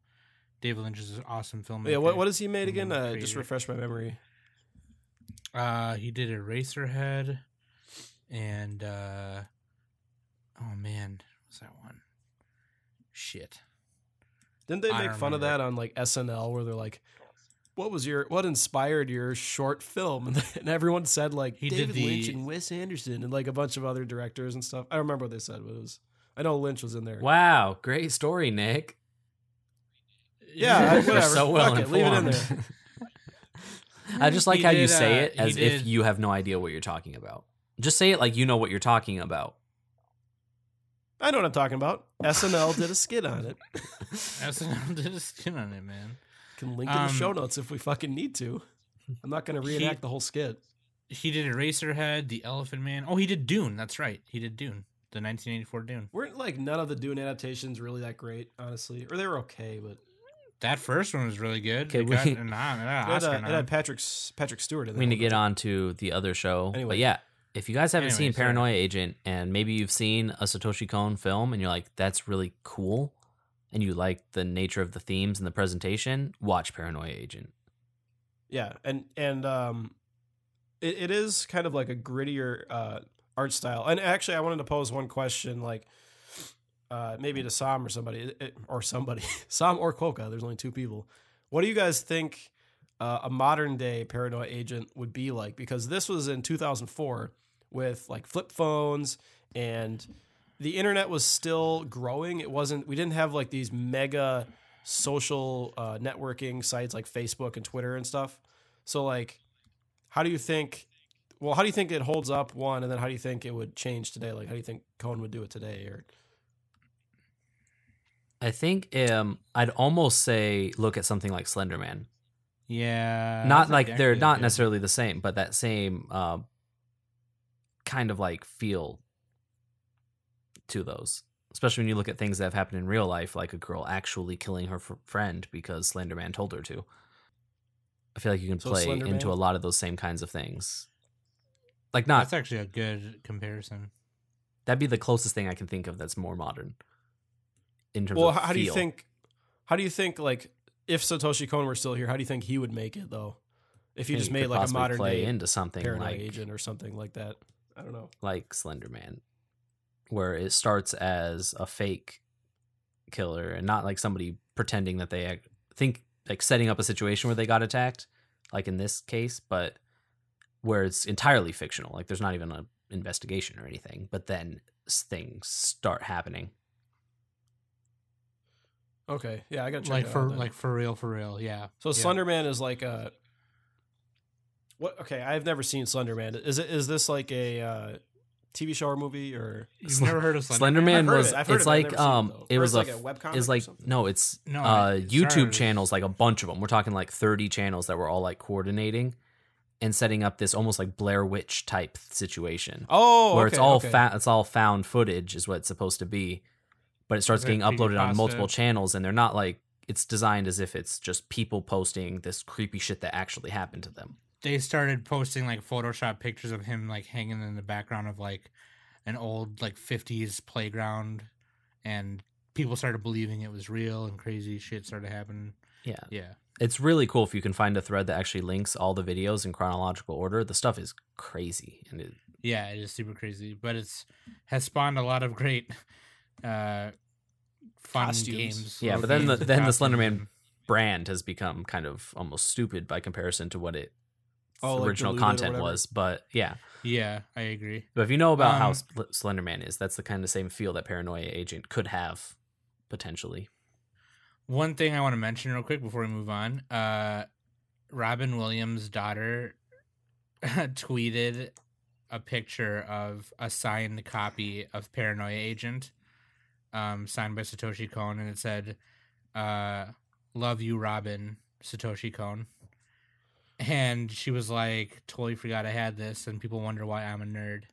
David Lynch is an awesome filmmaker.
yeah what what is he made again?
Mm,
Uh, just
creator.
refresh my memory.
Uh, he did Eraserhead, and uh, oh man, what's that one? Shit.
Didn't they
I
make
don't
fun of
remember.
that on like SNL where they're like, "What was your what inspired your short film?" [laughs] And, everyone said like
He did
David Lynch
the-
and Wes Anderson and like a bunch of other directors and stuff. I don't remember what they said, but it was I know Lynch was in there.
Wow, great story, Nick. [laughs]
Yeah, I-
[laughs]
You're
whatever.
so well
Fuck it, leave it in
informed.
there.
I just like
He
how you
did,
say
uh,
it
he
as if
did-
you have no idea what you're talking about. Just say it like you know what you're talking about.
I know what I'm talking about. SNL did a skit on it.
SNL did a skin on it, man.
Can link in the
Um,
show notes if we fucking need to. I'm not going to
He-
reenact the whole skit.
He did Eraserhead, The Elephant Man. Oh, he did Dune. That's right. He did Dune, the 1984 Dune.
Weren't like none of the Dune adaptations really that great, honestly, or they were okay, but
That first one was really good.
Okay,
It got
we-
an hon- an
it had, uh,
Oscar
it
nom.
had Patrick Patrick Stewart in there.
We need to get on to the other show. But
Anyway.
yeah, if you guys haven't
Anyway,
seen
sorry.
Paranoia Agent and maybe you've seen a Satoshi Kon film and you're like, that's really cool, and you like the nature of the themes and the presentation, watch Paranoia Agent.
Yeah, and and um, it, it is kind of like a grittier uh, art style. And actually, I wanted to pose one question, like uh, maybe to Sam or somebody it- it- or somebody, [laughs] Sam or Quoka. There's only two people. What do you guys think uh, a modern day paranoia agent would be like? Because this was in 2004 with like flip phones and the internet was still growing. It wasn't. We didn't have like these mega social uh, networking sites like Facebook and Twitter and stuff. So like, how do you think? Well, how do you think it holds up? One, and then how do you think it would change today? Like, how do you think Cohen would do it today? Or
I think um, I'd almost say look at something like Slenderman.
Yeah.
Uh,
not
that's
like they're
exactly
not
it.
necessarily the same, but that same uh, kind of like feel to those. Especially when you look at things that have happened in real life, like a girl actually killing her fr- friend because Slenderman told her to. I feel like you can
So
play
Slender
into
Man?
a lot of those same kinds of things. Like
That's
not
actually a good comparison.
that'd be the closest thing I can think of that's more modern. In terms
Well,
of
how, how do you
feel.
think? How do you think like if Satoshi Kon were still here, how do you think he would make it though? If you
And
just
could
made like a
possibly
modern
play
day
into something
paranoid
like
agent or something like that. I don't know.
like Slender Man, where it starts as a fake killer and not like somebody pretending that they ac- think like setting up a situation where they got attacked, like in this case, but where it's entirely fictional. Like there's not even an investigation or anything, but then s- things start happening.
Okay, yeah, I gotta check
Like
that out
for
then.
like for real, for real. Yeah.
So
yeah.
Slenderman is like a what? Okay, I've never seen Slenderman. Is it is this like a uh, TV show or movie or?
You've never heard of Slender?
Slenderman
I've heard
was
of it. I've heard
it's
of it. I've
like
never seen it,
um
though.
it
Or
was
it's
a
like a
f-
webcomic
it's
or
like
something?
no it's
No,
uh
it
YouTube
started-
channels like a bunch of them. We're talking like 30 channels that were all like coordinating and setting up this almost like Blair Witch type situation
Oh,
where
okay,
it's all
okay.
fa- it's all found footage is what it's supposed to be, but it starts
Like
getting uploaded on multiple
creepypasta.
channels and they're not like it's designed as if it's just people posting this creepy shit that actually happened to them.
They started posting like Photoshop pictures of him like hanging in the background of like an old like 50s playground, and people started believing it was real, and crazy shit started happening.
Yeah.
Yeah.
It's really cool if you can find a thread that actually links all the videos in chronological order. The stuff is crazy and it,
Yeah, it is super crazy, but it's has spawned a lot of great [laughs] uh fun
Costumes.
games.
Yeah,
little
but then the-
games,
then the
costumes,
Slenderman-
and-
brand has become kind of almost stupid by comparison to what it
Oh, like
original
diluted or
content
whatever.
was. But yeah,
Yeah, I agree.
but if you know about how
Um,
Sl- Slender Man is, that's the kind of same feel that Paranoia Agent could have potentially.
One thing I want to mention real quick before we move on. Uh Robin Williams' daughter [laughs] tweeted a picture of a signed copy of Paranoia Agent, um, signed by Satoshi Kon, and it said, uh, "Love you, Robin, Satoshi Kon." And she was like, "Totally forgot I had this," and people wonder why I'm a nerd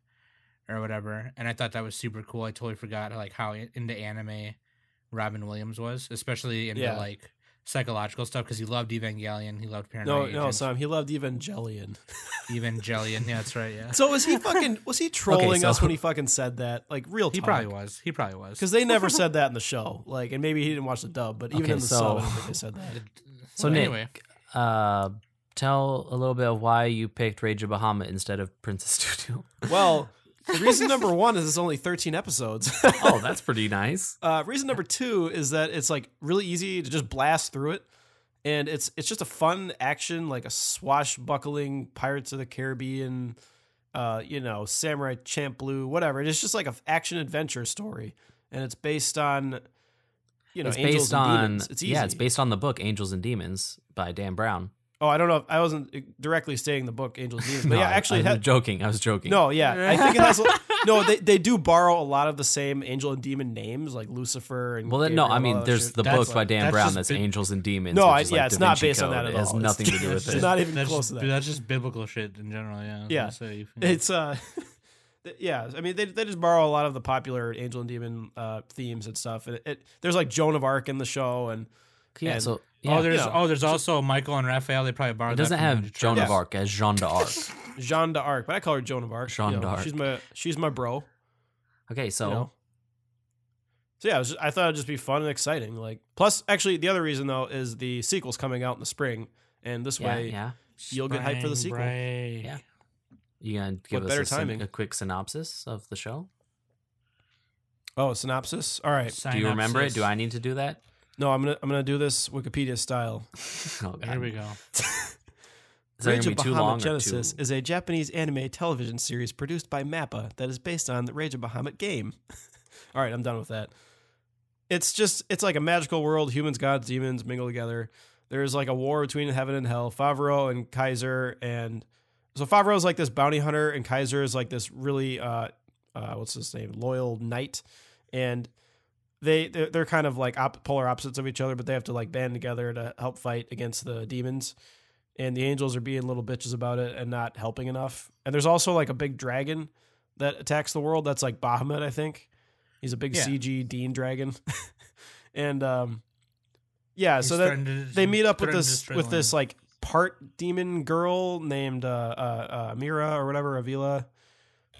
or whatever. And I thought that was super cool. I totally forgot like how in- into anime Robin Williams was, especially into
Yeah.
like psychological stuff because he loved Evangelion, he loved Paranoia
No,
Agent.
no, Sam. He loved [laughs] Evangelion.
[laughs] Evangelion. Yeah, that's right.
[laughs]
Yeah,
So was he fucking? Was he trolling
so-
us when he fucking said that? Like [laughs] real
he
talk.
probably was. He probably was.
Because they [laughs] never said that in the show. Like, and maybe he didn't watch the dub, but even
Okay,
in the
so-
sub, I don't think they said that.
So
uh, Well,
Nick,
anyway,
uh, tell a little bit of why you picked Rage of Bahama instead of Princess [laughs] Tutu.
Well, the reason number one is it's only 13 [laughs] episodes.
oh, that's pretty nice.
Uh, reason number two is that it's like really easy to just blast through it, and it's it's just a fun action like a swashbuckling Pirates of the Caribbean, uh, you know, Samurai Champloo, whatever. It's just like an action adventure story, and it's based on, you know,
it's
angels
based
and
on
demons. It's easy.
yeah, it's based on the book Angels and Demons by Dan Brown.
Oh, I don't know. if I wasn't directly stating the book Angels and Demons, but
No,
yeah,
I-
actually,
I,
it had-
was joking. I was joking.
no, yeah, I think it
[laughs]
has. No, they, they do borrow a lot of the same angel and demon names, like Lucifer and.
Well, then,
Gabriel,
no, I
and all
mean,
that
there's
shit.
the
That's
book by
like-
Dan
that's
Brown
just
that's
bi-
Angels and Demons.
No,
which
I-
is
yeah,
like Da
it's not
Vinci
based on that
Code.
at
It has
all. It's-
nothing to do with
it's
it.
not even
that's
close
just,
to that.
dude, That's just biblical shit in general. Yeah. I was
Yeah.
gonna say,
Mm-hmm.
It's uh [laughs] yeah, I mean they they just borrow a lot of the popular angel and demon uh themes and stuff. And it, it there's like Joan of Arc in the show and
Yeah,
and-
so yeah,
oh, there's
you know,
oh, there's also Michael and Raphael. They probably borrowed.
It doesn't
that from
have
Detroit.
Joan of
Yeah.
Arc as Jean d'Arc. [laughs]
Jean d'Arc, but I call her Joan of Arc. you
Jeanne
know,
d'Arc.
She's my she's my bro.
Okay, so
you know? So yeah, it was just, I thought it'd just be fun and exciting. Like plus actually the other reason though is the sequel's coming out in the spring and this
yeah,
way
yeah.
you'll get hyped for the
Spring
sequel.
break.
Yeah. You gonna give us
better
a, syn-
timing?
a quick synopsis of the show?
Oh, synopsis. All right.
Do you remember it? Do
Synopsis.
I need to do that?
No, I'm going to I'm going to do this Wikipedia style.
[laughs] Oh God,
Here we go.
Is that
Rage
gonna
of
be too
Bahamut
long
Genesis
or too?
is a Japanese anime television series produced by MAPPA that is based on the Rage of Bahamut game. [laughs] All right, I'm done with that. It's just it's like a magical world. Humans, gods, demons mingle together. There's like a war between heaven and hell. Favreau and Kaiser and so Favreau is like this bounty hunter and Kaiser is like this really uh, uh what's his name loyal knight and they they're, they're kind of like op- polar opposites of each other but they have to like band together to help fight against the demons and the angels are being little bitches about it and not helping enough. And there's also like a big dragon that attacks the world. That's like Bahamut, I think. He's a big
Yeah.
CG Dean dragon, [laughs] and um, yeah.
He's
so that
threatened to-
they meet up with
threatened
this
to destroy
with
the
this
land.
like part demon girl named uh, uh, uh, Mira or whatever Avila.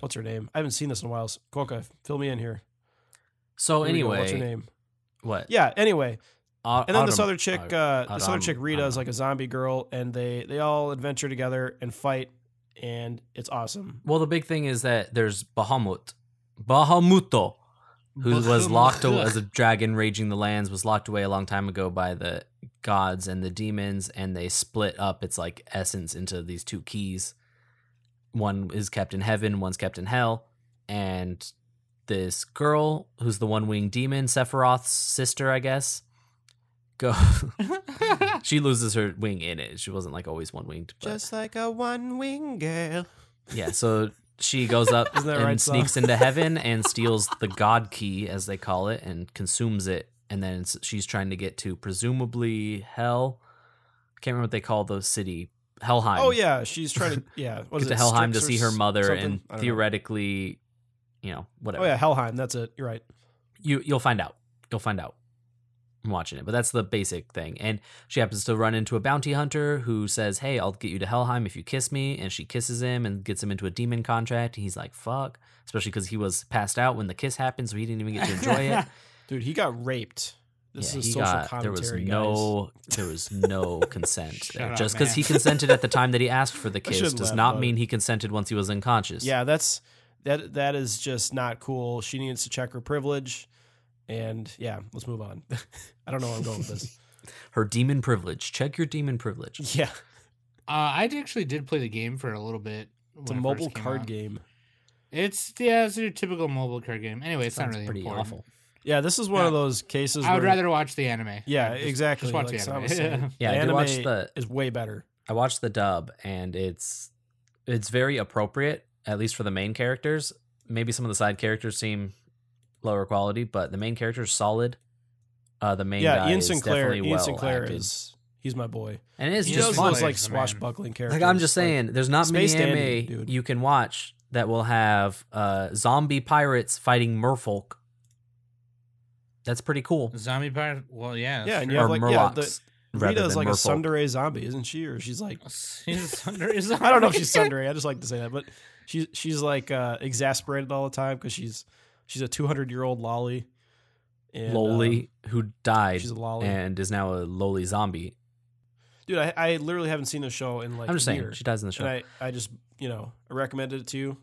What's her name? I haven't seen this in a while. Coca, fill me in here.
So
Here we go.
Oh, anyway,
what's her name?
what?
Yeah. Anyway,
Au-
and then this
Autumn-
other chick,
uh,
uh, this other
Autumn-
chick Rita is
Autumn.
like a zombie girl, and they they all adventure together and fight, and it's awesome.
well, the big thing is that there's Bahamut, Bahamuto, who was
[laughs]
locked
[laughs]
away as a [laughs] dragon raging the lands, was locked away a long time ago by the gods and the demons, and they split up its like essence into these two keys. One is kept in heaven, one's kept in hell, and this girl, who's the one winged demon, Sephiroth's sister, I guess, go. [laughs] she loses her wing in it. She wasn't like always one winged.
like a one wing girl.
Yeah, so she goes up
[laughs] Isn't that
and
right, Saul?
sneaks into heaven and steals the god key, as they call it, and consumes it. And then s- she's trying to get to presumably hell. I can't remember what they call the city. Hellheim.
Oh yeah, she's trying to
[laughs]
yeah. What is
Get to
it,
Hellheim to
Styx or
see her
s-
mother
something?
and
I don't know.
theoretically, you know, whatever.
Oh yeah, Hellheim. That's it. You're right.
you you'll find out. You'll find out. I'm watching it, but that's the basic thing. And she happens to run into a bounty hunter who says, "Hey, I'll get you to Helheim if you kiss me." And she kisses him and gets him into a demon contract. And he's like, "Fuck," especially because he was passed out when the kiss happened, so he didn't even get to enjoy
Uh,
it.
Dude, he got raped. [laughs] This
Yeah,
is
he
a social
got-
commentary.
There was
guys.
no, [laughs] there was no
[laughs]
consent.
Shut
there.
up,
Just because
man.
he consented at the time that he asked for the kiss
shouldn't
does
laugh
not
about
mean he consented once he was unconscious.
Yeah, that's that. That is just not cool. She needs to check her privilege, and yeah, let's move on. [laughs] I don't know where I'm going
[laughs]
with this.
her demon privilege. Check your demon privilege.
yeah,
Uh, I actually did play the game for a little bit.
it's a mobile card game.
It's yeah, it's your typical mobile card game. Anyway, it's
Sounds
not really
pretty
important.
awful.
Yeah, this is one
Yeah.
of those cases.
I would
where-
rather watch the anime.
Yeah,
Just-
exactly.
Just watch
like Sam was
the [laughs] anime.
saying.
[laughs] Yeah, I
the
did
anime
watch the-
is way better.
I watched the dub and it's it's very appropriate, at least for the main characters. Maybe some of the side characters seem lower quality, but the main character's solid. Uh, the main
yeah,
guy
Ian
is
Sinclair.
definitely
Ian
well
Sinclair
acted.
is he's my boy.
and it's
He
Ian
just
does
fun.
those
Sinclair's
Like,
like
the man.
swashbuckling characters.
I'm just saying, there's not many
Space
anime
Dandy, dude.
you can watch that will have uh, zombie pirates fighting merfolk. That's pretty cool.
Zombie pirate. Well, yeah.
Yeah, and you
sure.
Or
have like yeah, the,
murlocs. rather
Rita's
than
like a
merfolk.
Sundere zombie, isn't she? Or she's like
He's [laughs] under- is
I don't know if she's Sundere. I just like to say that, but she's she's like uh, exasperated all the time because she's she's a 200 year old lolly. And,
Loli, who
um,
died
she's a lolly.
and is now a loli zombie.
Dude, I, I literally haven't seen the show in like
I'm just
a
saying,
year.
she dies in the show.
and I I just you know I recommended it to you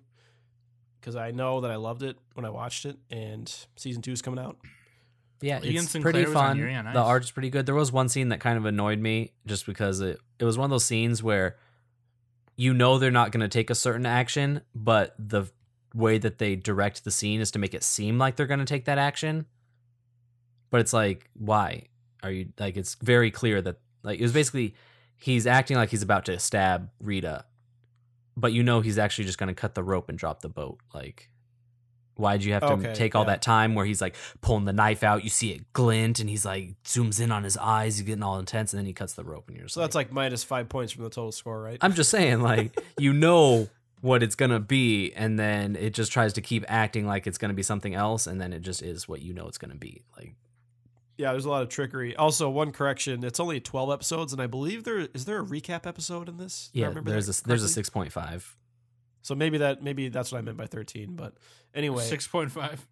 because I know that I loved it when I watched it, and season two is coming out.
Yeah,
Ian
it's
Sinclair
pretty
was on
fun.
Yuri on Ice.
The art is pretty good. There was one scene that kind of annoyed me just because it it was one of those scenes where you know they're not going to take a certain action, but the way that they direct the scene is to make it seem like they're going to take that action. But it's like, why are you like? It's very clear that like it was basically he's acting like he's about to stab Rita, but you know he's actually just going to cut the rope and drop the boat. Like, why'd you have to
Okay,
take all
yeah.
that time where he's like pulling the knife out? You see it glint, and he's like zooms in on his eyes. He's getting all intense, and then he cuts the rope, and you're just
So that's like minus five points from the total score, right?
I'm just saying,
[laughs]
like, you know what it's gonna be, and then it just tries to keep acting like it's gonna be something else, and then it just is what you know it's gonna be. Like,
yeah, there's a lot of trickery. Also, one correction: it's only 12 episodes, and I believe there is there a recap episode in this. Do I
yeah,
remember
there's
that
a there's a
correctly?
six point five.
So maybe that maybe that's what I meant by 13. But anyway,
Six point five.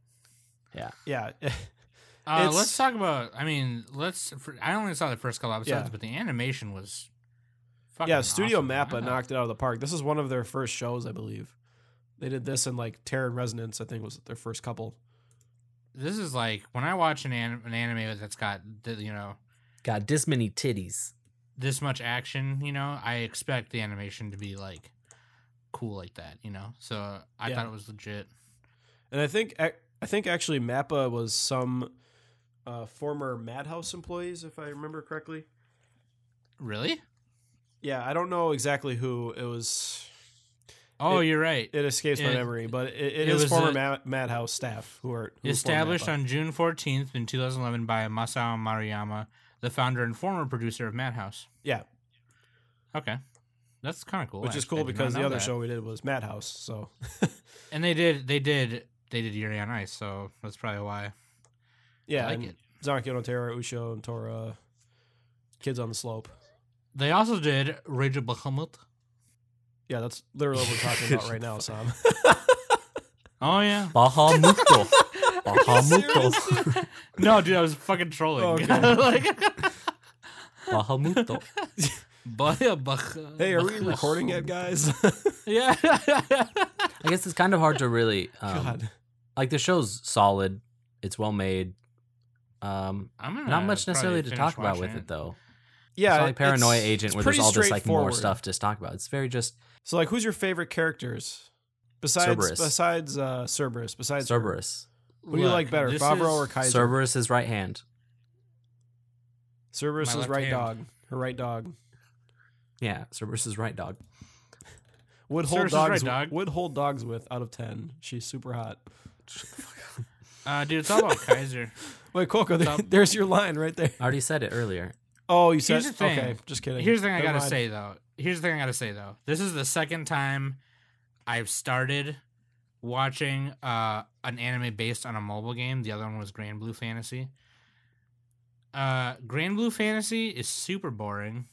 yeah, [laughs]
Uh,
It's-
let's talk about. I mean, let's. For, I only saw the first couple episodes,
Yeah.
but the animation was.
yeah. Studio Mappa
Mappa
knocked it out of the park. This is one of their first shows, I believe. They did this and like Terror and Resonance, I think was their first couple.
This is like when I watch an, anim- an anime that's got the, you know
Got this many titties.
this much action, you know, I expect the animation to be like cool like that, you know. So I
Yeah.
thought it was legit.
And I think I I think actually Mappa was some uh, former Madhouse employees, if I remember correctly.
Really?
Yeah, I don't know exactly who it was.
Oh,
It-
you're right.
It escapes my
It-
memory, but it, it
it
is
was
former
a-
Ma- Madhouse staff who are who formed
Established
Mappa.
on June 14th in 2011 by Masao Maruyama, the founder and former producer of Madhouse.
Yeah.
Okay, that's kind of cool.
which is
actually.
cool
I did not
because the
know
other
that.
show we did was Madhouse. So
and they did they did they did Yuri on Ice, so that's probably why.
yeah,
I like
and
it.
Zanki on Terra, Usho and Tora, Kids on the Slope.
They also did Rage of Bahamut.
Yeah, that's literally what we're talking about right now, Sam.
Oh yeah,
[laughs]
Bahamuto.
Seriously?
Bahamuto.
no, dude, I was fucking trolling.
Okay.
[laughs] like,
Bahamuto.
Bah- bah-
Hey, are we
bah-
recording yet, guys? [laughs]
Um,
Yeah.
I guess it's kind of hard to really um,
God,
like the show's solid. It's well made. Um,
I'm gonna
not much
probably
necessarily to
finish
talk about
watching
with it though.
yeah,
it's not like
it- it's-
Paranoia
it's
Agent where there's
pretty
all this like more
straightforward.
stuff to talk about. It's very just
So, like, who's your favorite characters besides
Cerberus.
besides uh, Cerberus? Besides
Cerberus.
who do you
Look,
like better,
this
Favreau
is-
or Kaiser?
Cerberus' right hand.
Cerberus
My
is
left
right
hand.
dog. Her right dog
Yeah, Cerberus' right dog.
would hold
Cerberus is
dogs
right
w-
dog.
would hold dogs with out of ten. She's super hot.
Uh, dude, it's all
[laughs]
about Kaiser.
Wait, Coco, there,
Stop.
[laughs] there's your line right there.
I already said it earlier.
Oh, you said
Here's the thing.
okay. Just kidding.
Here's the thing I
Never
gotta
mind.
say though. Here's the thing I gotta say though. This is the second time I've started watching uh, an anime based on a mobile game. The other one was Grand Blue Fantasy. Uh, Grand Blue Fantasy is super boring.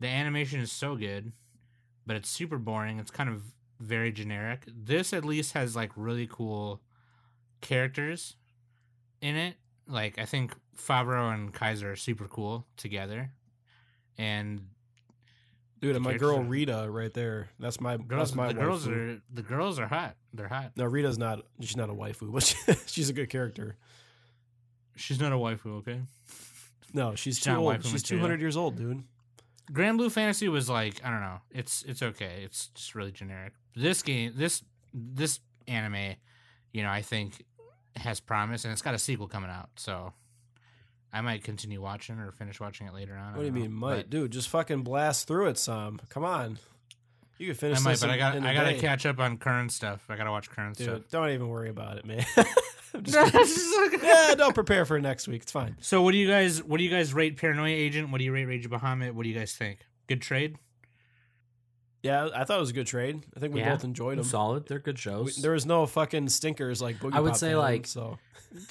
The animation is so good, but it's super boring. It's kind of very generic. This at least has like really cool characters in it. Like I think Favreau and Kaiser are super cool together. And
dude. And my
characters
girl
are-
Rita right there. That's my
girls,
that's my
the girls
waifu.
are the girls are hot. They're hot.
No, Rita's not. She's not a waifu, but she, [laughs] she's a good character.
She's not a waifu, okay?
No, she's
She's
too
not
old.
waifu
She's two
material.
hundred years old, dude.
Grand Blue Fantasy was like I don't know. It's it's okay. It's just really generic. This game, this this anime, you know, I think has promise, and it's got a sequel coming out. So I might continue watching or finish watching it later on. I
What do you
don't
mean,
know.
might, dude? Just fucking blast through it, Sam. Come on, you can
But
finish
I might,
this.
but I
in-
got
in a
I gotta
day.
catch up on current stuff. I gotta watch current
Dude,
stuff.
don't even worry about it, man. [laughs] I'm [laughs]
[laughs]
just kidding. yeah, don't prepare for next week. It's fine.
so what do you guys what do you guys rate Paranoia Agent? What do you rate Rage of Bahamut? What do you guys think? Good trade.
Yeah, I thought it was a good trade. I think we
Yeah.
both enjoyed them.
Solid. They're good
We,
shows.
there [laughs] was no fucking stinkers like Boogie
I would
Pop
say,
Cannon,
like,
so.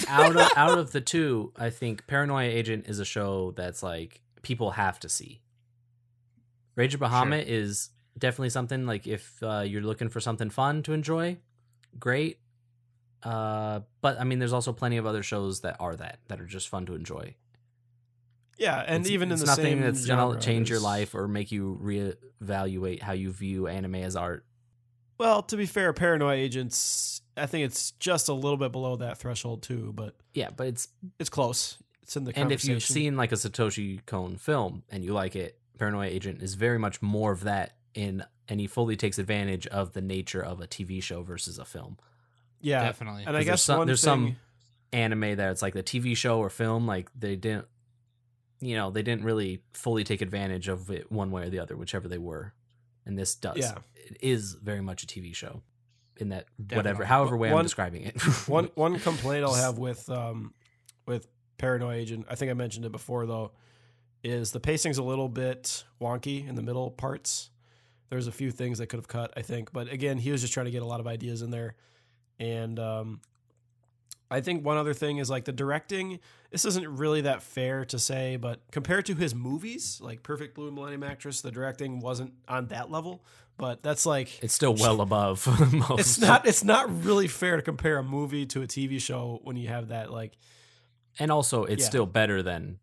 out of out of the two, I think Paranoia Agent is a show that's like people have to see. Rage of Bahamut is definitely something like if uh, you're looking for something fun to enjoy, great. Uh, but I mean, there's also plenty of other shows that are that that are just fun to enjoy.
Yeah, and
It's-
even
it's
in the
nothing
same
that's gonna
genre,
change your
there's-
life or make you reevaluate how you view anime as art.
Well, to be fair, Paranoid Agents, I think it's just a little bit below that threshold too, but
Yeah, but it's
it's close. It's in the
and if
conversation.
you've seen like a Satoshi Kon film and you like it, Paranoia Agent is very much more of that in and he fully takes advantage of the nature of a TV show versus a film.
yeah,
Definitely.
and I
'Cause there's
guess
some-
one
there's
thing,
some- Anime that it's like the TV show or film, like they didn't you know, they didn't really fully take advantage of it one way or the other, whichever they were. And this does.
Yeah.
It is very much a TV show in that whatever
Definitely.
however way
One-
I'm describing it. [laughs]
[laughs] one one complaint I'll have with um with Paranoid Agent, I think I mentioned it before though, is the pacing's a little bit wonky in the middle parts. There's a few things they could have cut, I think, but again, he was just trying to get a lot of ideas in there. And um I think one other thing is like the directing. This isn't really that fair to say, but compared to his movies, like Perfect Blue Millennium Actress, the directing wasn't on that level. But that's like
It's still
[laughs]
well above [laughs] most.
it's not it's not really fair to compare a movie to a TV show when you have that like
And also, it's
Yeah.
still better than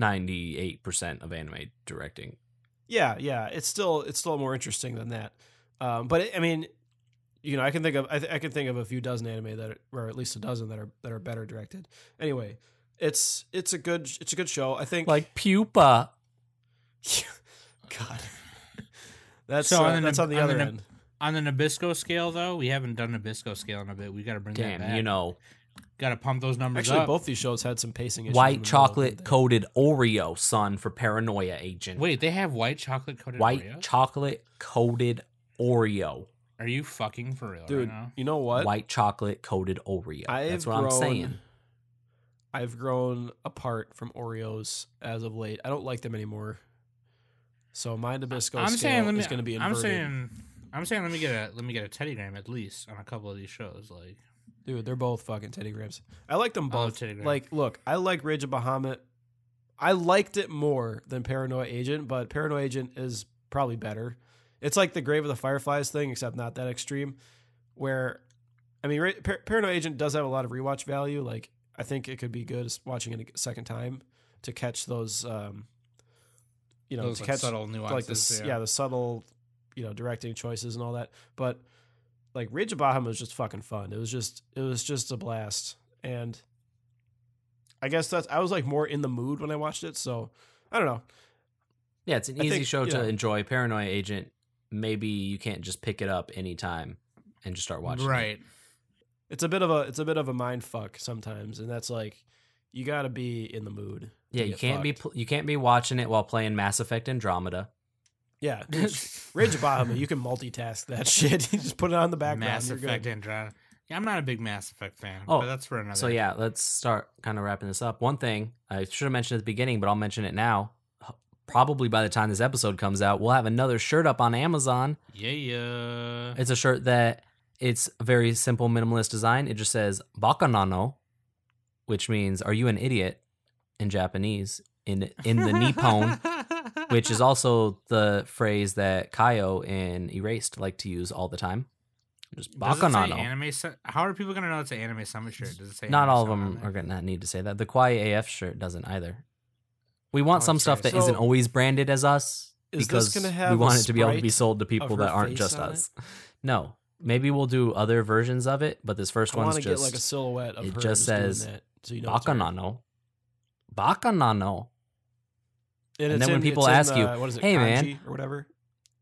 98% of anime directing.
yeah yeah it's still it's still more interesting than that um, but it, I mean you know I can think of I, th- I can think of a few dozen anime that are, or at least a dozen that are that are better directed anyway it's it's a good it's a good show I think
Like Pupa.
[laughs] God that's
So
uh,
I'm gonna-
that's on the
I'm
other
gonna-
end
On the Nabisco scale though, we haven't done Nabisco scale in a bit. We gotta bring that
Damn,
back.
you know.
Gotta pump those numbers
actually
up.
both these shows had some pacing issues in the
White
middle,
chocolate
didn't they?
coated Oreo, son, for Paranoia Agent.
Wait, they have white chocolate coated
White
Oreos?
chocolate coated Oreo.
Are you fucking for real
dude
right now?
you know what
White chocolate coated Oreo.
I've
That's what
grown,
I'm saying.
I've grown apart from Oreos as of late. I don't like them anymore. So my Nabisco
I'm
scale
saying let me,
is going to be
I'm
inverted.
saying I'm saying let me get a let me get a teddygram at least on a couple of these shows. Like
Dude, they're both fucking Teddy Grahams. I like them
I love
both.
Teddy Graham.
Like, look, I like Rage of Bahamut. I liked it more than Paranoia Agent, but Paranoia Agent is probably better. It's like the Grave of the Fireflies thing, except not that extreme. Where, I mean, Ra- Par- Paranoia Agent does have a lot of rewatch value. Like, I think it could be good as- watching it a second time to catch those, um, you know,
those
to
like,
catch
subtle nuances.
like this, yeah. the subtle, you know, directing choices and all that. But like Ridge of Bahama was just fucking fun. It was just, it was just a blast. And I guess that's, I was like more in the mood when I watched it. So I don't know.
Yeah, it's an
I
easy
think,
show
you
to
know-
enjoy. Paranoia Agent, maybe you can't just pick it up anytime and just start watching. it.
[laughs]
right.
It's a bit of a, it's a bit of a mind fuck sometimes. And that's like, you got to be in the mood. to
Yeah, you
get
can't be
fucked.
pl- you can't be watching it while playing Mass Effect Andromeda. [laughs]
yeah. dude, Ridge of Bahama,
[laughs]
you can multitask that [laughs] shit. You just put it on the background.
Mass
you're
Effect
good.
Andromeda. Yeah, I'm not a big Mass Effect fan.
Oh,
but that's for another.
So yeah, let's start kind of wrapping this up. One thing I should have mentioned at the beginning, but I'll mention it now. Probably by the time this episode comes out, we'll have another shirt up on Amazon.
yeah, yeah.
It's a shirt that it's a very simple minimalist design. It just says "bakanano," which means "Are you an idiot?" in Japanese in in
[laughs]
the Nippon, which is also the phrase that Kaio in Erased like to use all the time. Just
Does it say
"bakanano."
Anime. Su- How are people gonna know it's an anime summit shirt? Does it say?
Not
anime
all of
summit on
them
there?
are going to need to say that. The Kwai AF shirt doesn't either. We want
Oh,
some stuff
sorry.
that not
So-
always branded as us
Is this
because
gonna
we
have a
want it to be able to be
sprite
sold to people
of
that
her
aren't
face
just
on it?
us. No, maybe we'll do other versions of it, but this first
I want
one's
to get
just
like a silhouette of
it
her
just
just doing
says
that, so you know it's her.
bakanano. Bakanano. And
And, it's
then when
in-
people
it's in uh,
ask you,
what is it,
"Hey, man."
kanji or whatever,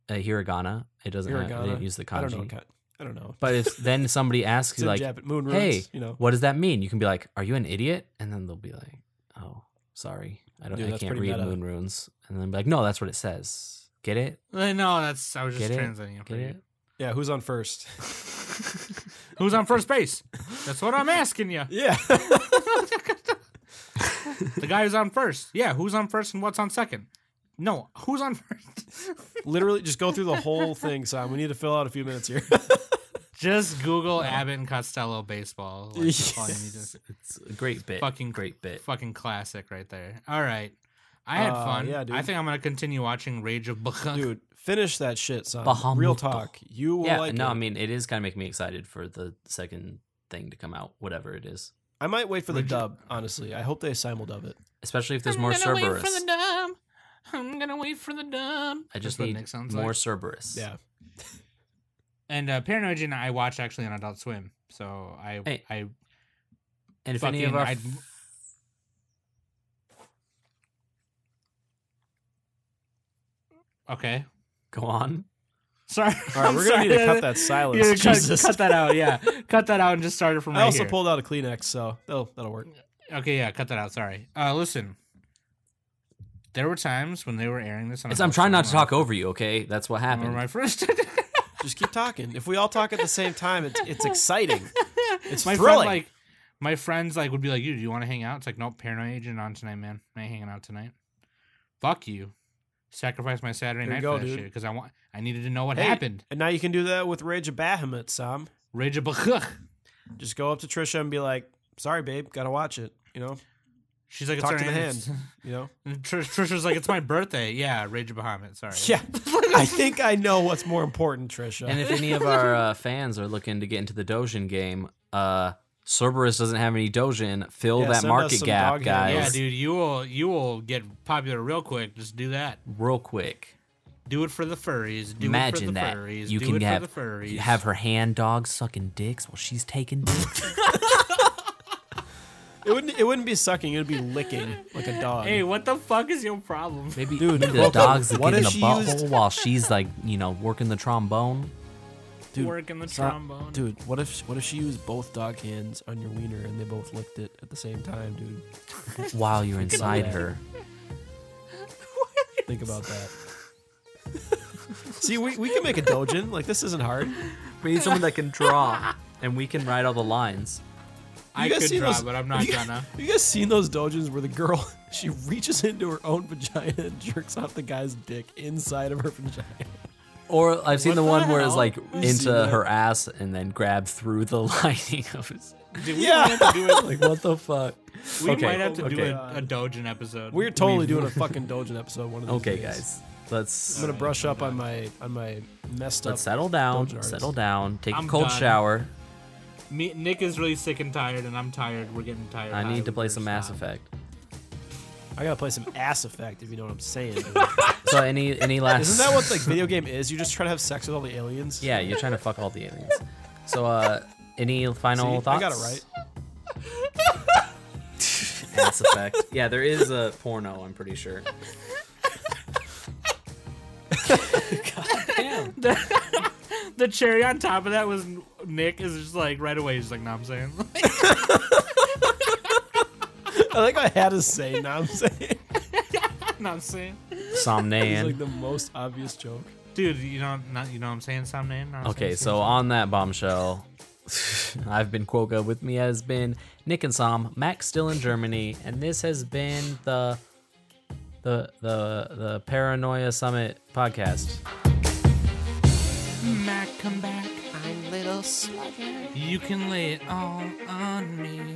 Uh, hiragana. It doesn't have- I
Hiragana.
didn't use the kanji.
I don't know, kan- I don't know.
But
[laughs]
if then somebody asks
it's
you
in
like,
Japan, moon ruins,
"Hey,
you know,
what does that mean? You can be like, "Are you an idiot?" And then they'll be like, "Oh, sorry, I don't,
Dude,
I
that's
can't
pretty
read
meta.
moon runes." And then be like, "No, that's what it says. Get it?
Uh, No, that's I was just
Get it?
translating it for
Get
you.
it?"
yeah, who's
[laughs]
on first? [laughs]
Who's on first base? That's what I'm asking you.
yeah, [laughs]
The guy who's on first. Yeah, who's on first and what's on second? No, who's
[laughs]
on first?
literally, just go through the whole thing, Sam. We need to fill out a few
[laughs]
minutes here.
Just Google Abbott and Costello baseball.
[laughs]
Like, that's all you need to-
It's a great bit.
Fucking-
great bit.
Fucking classic right there. All right. I had
Uh,
fun.
yeah,
I
dude.
think I'm going to continue watching Rage of Buck.
Dude, finish that shit, Sam.
Bahamut.
Real talk, you will
yeah,
like.
no,
it.
I mean it is kind of making me excited for the second thing to come out, whatever it is.
I might wait for the
Regi-
dub. Honestly, I hope they simul dub it.
Especially if there's
I'm
more
gonna
Cerberus.
wait for the dub. I'm gonna wait for the dub.
I just
That's what
need
Nick sounds
more
like.
Cerberus.
Yeah,
And uh, Paranoid Agent I watched actually on Adult Swim. So I
Hey.
I
And if any of
Fucking-
our
I'd- Okay. [laughs]
go on,
Sorry.
all right,
I'm
we're gonna need to
sorry. [laughs]
cut that
Yeah,
silence.
cut,
Jesus.
cut that
[laughs]
out. Yeah, cut that out and just start it from
I
right
also
here.
pulled out a Kleenex, so that'll that'll work.
okay, yeah, cut that out. Sorry. Uh, listen, there were times when they were airing this. On
It's- I'm trying not to talk over you. Okay, that's what
Or
happened.
my first.
Just keep talking. If we all talk at the same time, it's it's exciting. It's
[laughs] my friend,
thrilling.
like, my friends like would be like, "You, do you want to hang out?" It's like, "Nope, paranoid agent on tonight, man. I ain't hanging out tonight. Fuck you. Sacrifice my Saturday
There you
night
go,
for that
dude.
shit because I want. I needed to know what
Hey.
happened.
And now you can do that with Rage of Bahamut, Sam.
Rage of [laughs] Bacchuk.
Just go up to Trisha and be like, "Sorry, babe, gotta watch it." You know,
She's like,
Talk
it's
to
our
the
hands.
you know.
[laughs] And Trish, Trisha's like, it's my birthday. Yeah, Rage of Bahamut. Sorry.
Yeah, I think I know what's more important, Trisha.
And if any of our uh, fans are looking to get into the Dojin game, uh, Cerberus doesn't have any Dojin. Fill
Yeah,
that
send us
market
some
gap,
dog hair.
guys,
Yeah, dude, you will you will get popular real quick. Just do that.
real quick.
Do it for the furries. Do it
Imagine
for the
that
furries.
you
do
can
it
have
for the furries.
you have her hand dogs sucking dicks while she's taking dicks.
it wouldn't, it wouldn't be sucking; it would be licking like a dog.
Hey, what the fuck is your problem? [laughs]
maybe
Dude,
maybe the dogs that
what
get in the
if she
butthole
used-
while she's like you know working the trombone.
dude,
Work in the
stop.
trombone.
dude, what if what if she used both dog hands on your wiener and they both licked it at the same time, dude?
while you're inside her.
Think about that. See, we, we can make a dojin. Like this isn't hard.
We need someone that can draw, and we can write all the lines.
I
guys
could
seen
draw,
those-
but I'm not
you, [laughs]
gonna.
You guys seen those dojins where the girl [laughs] she reaches into her own vagina and jerks off the guy's dick inside of her vagina?
Or I've seen
What
the
the
one where it's
hell?
like
I've
into
seen that.
her ass and then grab through the [laughs] lining of
Oh,
his.
Dude, we
Yeah.
might have
[laughs]
to do it.
Like what the fuck?
We
Okay,
might have to do
okay.
a, a Dojin episode.
We're totally doing a fucking dojin episode one of these
Okay,
days.
guys,
I'm
let's
gonna brush up on my on my messed up.
let's settle down,
Dojin artist.
settle down, take
I'm
a cold
done.
shower.
Me, Nick is really sick and tired, and I'm tired. We're getting tired.
I
Hi,
need to play
we're
some Mass
stopped.
Effect.
I gotta play some ass effect if you know what I'm
[laughs]
saying. dude.
So any
[laughs]
any last?
Isn't that what like video game is? You just try to have sex with all the aliens.
[laughs] Yeah, you're trying to fuck all the aliens. So uh, any final
See, I
thoughts?
got it right. [laughs]
Mass Effect. Yeah, there is a porno. I'm pretty sure.
The cherry on top of that was Nick is just like right away. He's like, "Nah, I'm [laughs] saying."
I like I had to say. Now I'm saying
"Nah, I'm saying."
it's
Somnan.
like the most obvious joke.
Dude, you know, not you know, what I'm saying some name. Nah, I'm
Okay,
saying some
so on that bombshell, I've been Quoka. With me has been Nick and Sam. Max still in Germany, and this has been the the the the Paranoia Summit podcast.
name. Mac, come back.
I'm little slugger.
You can lay it all on me.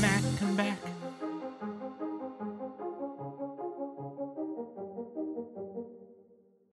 Mac, come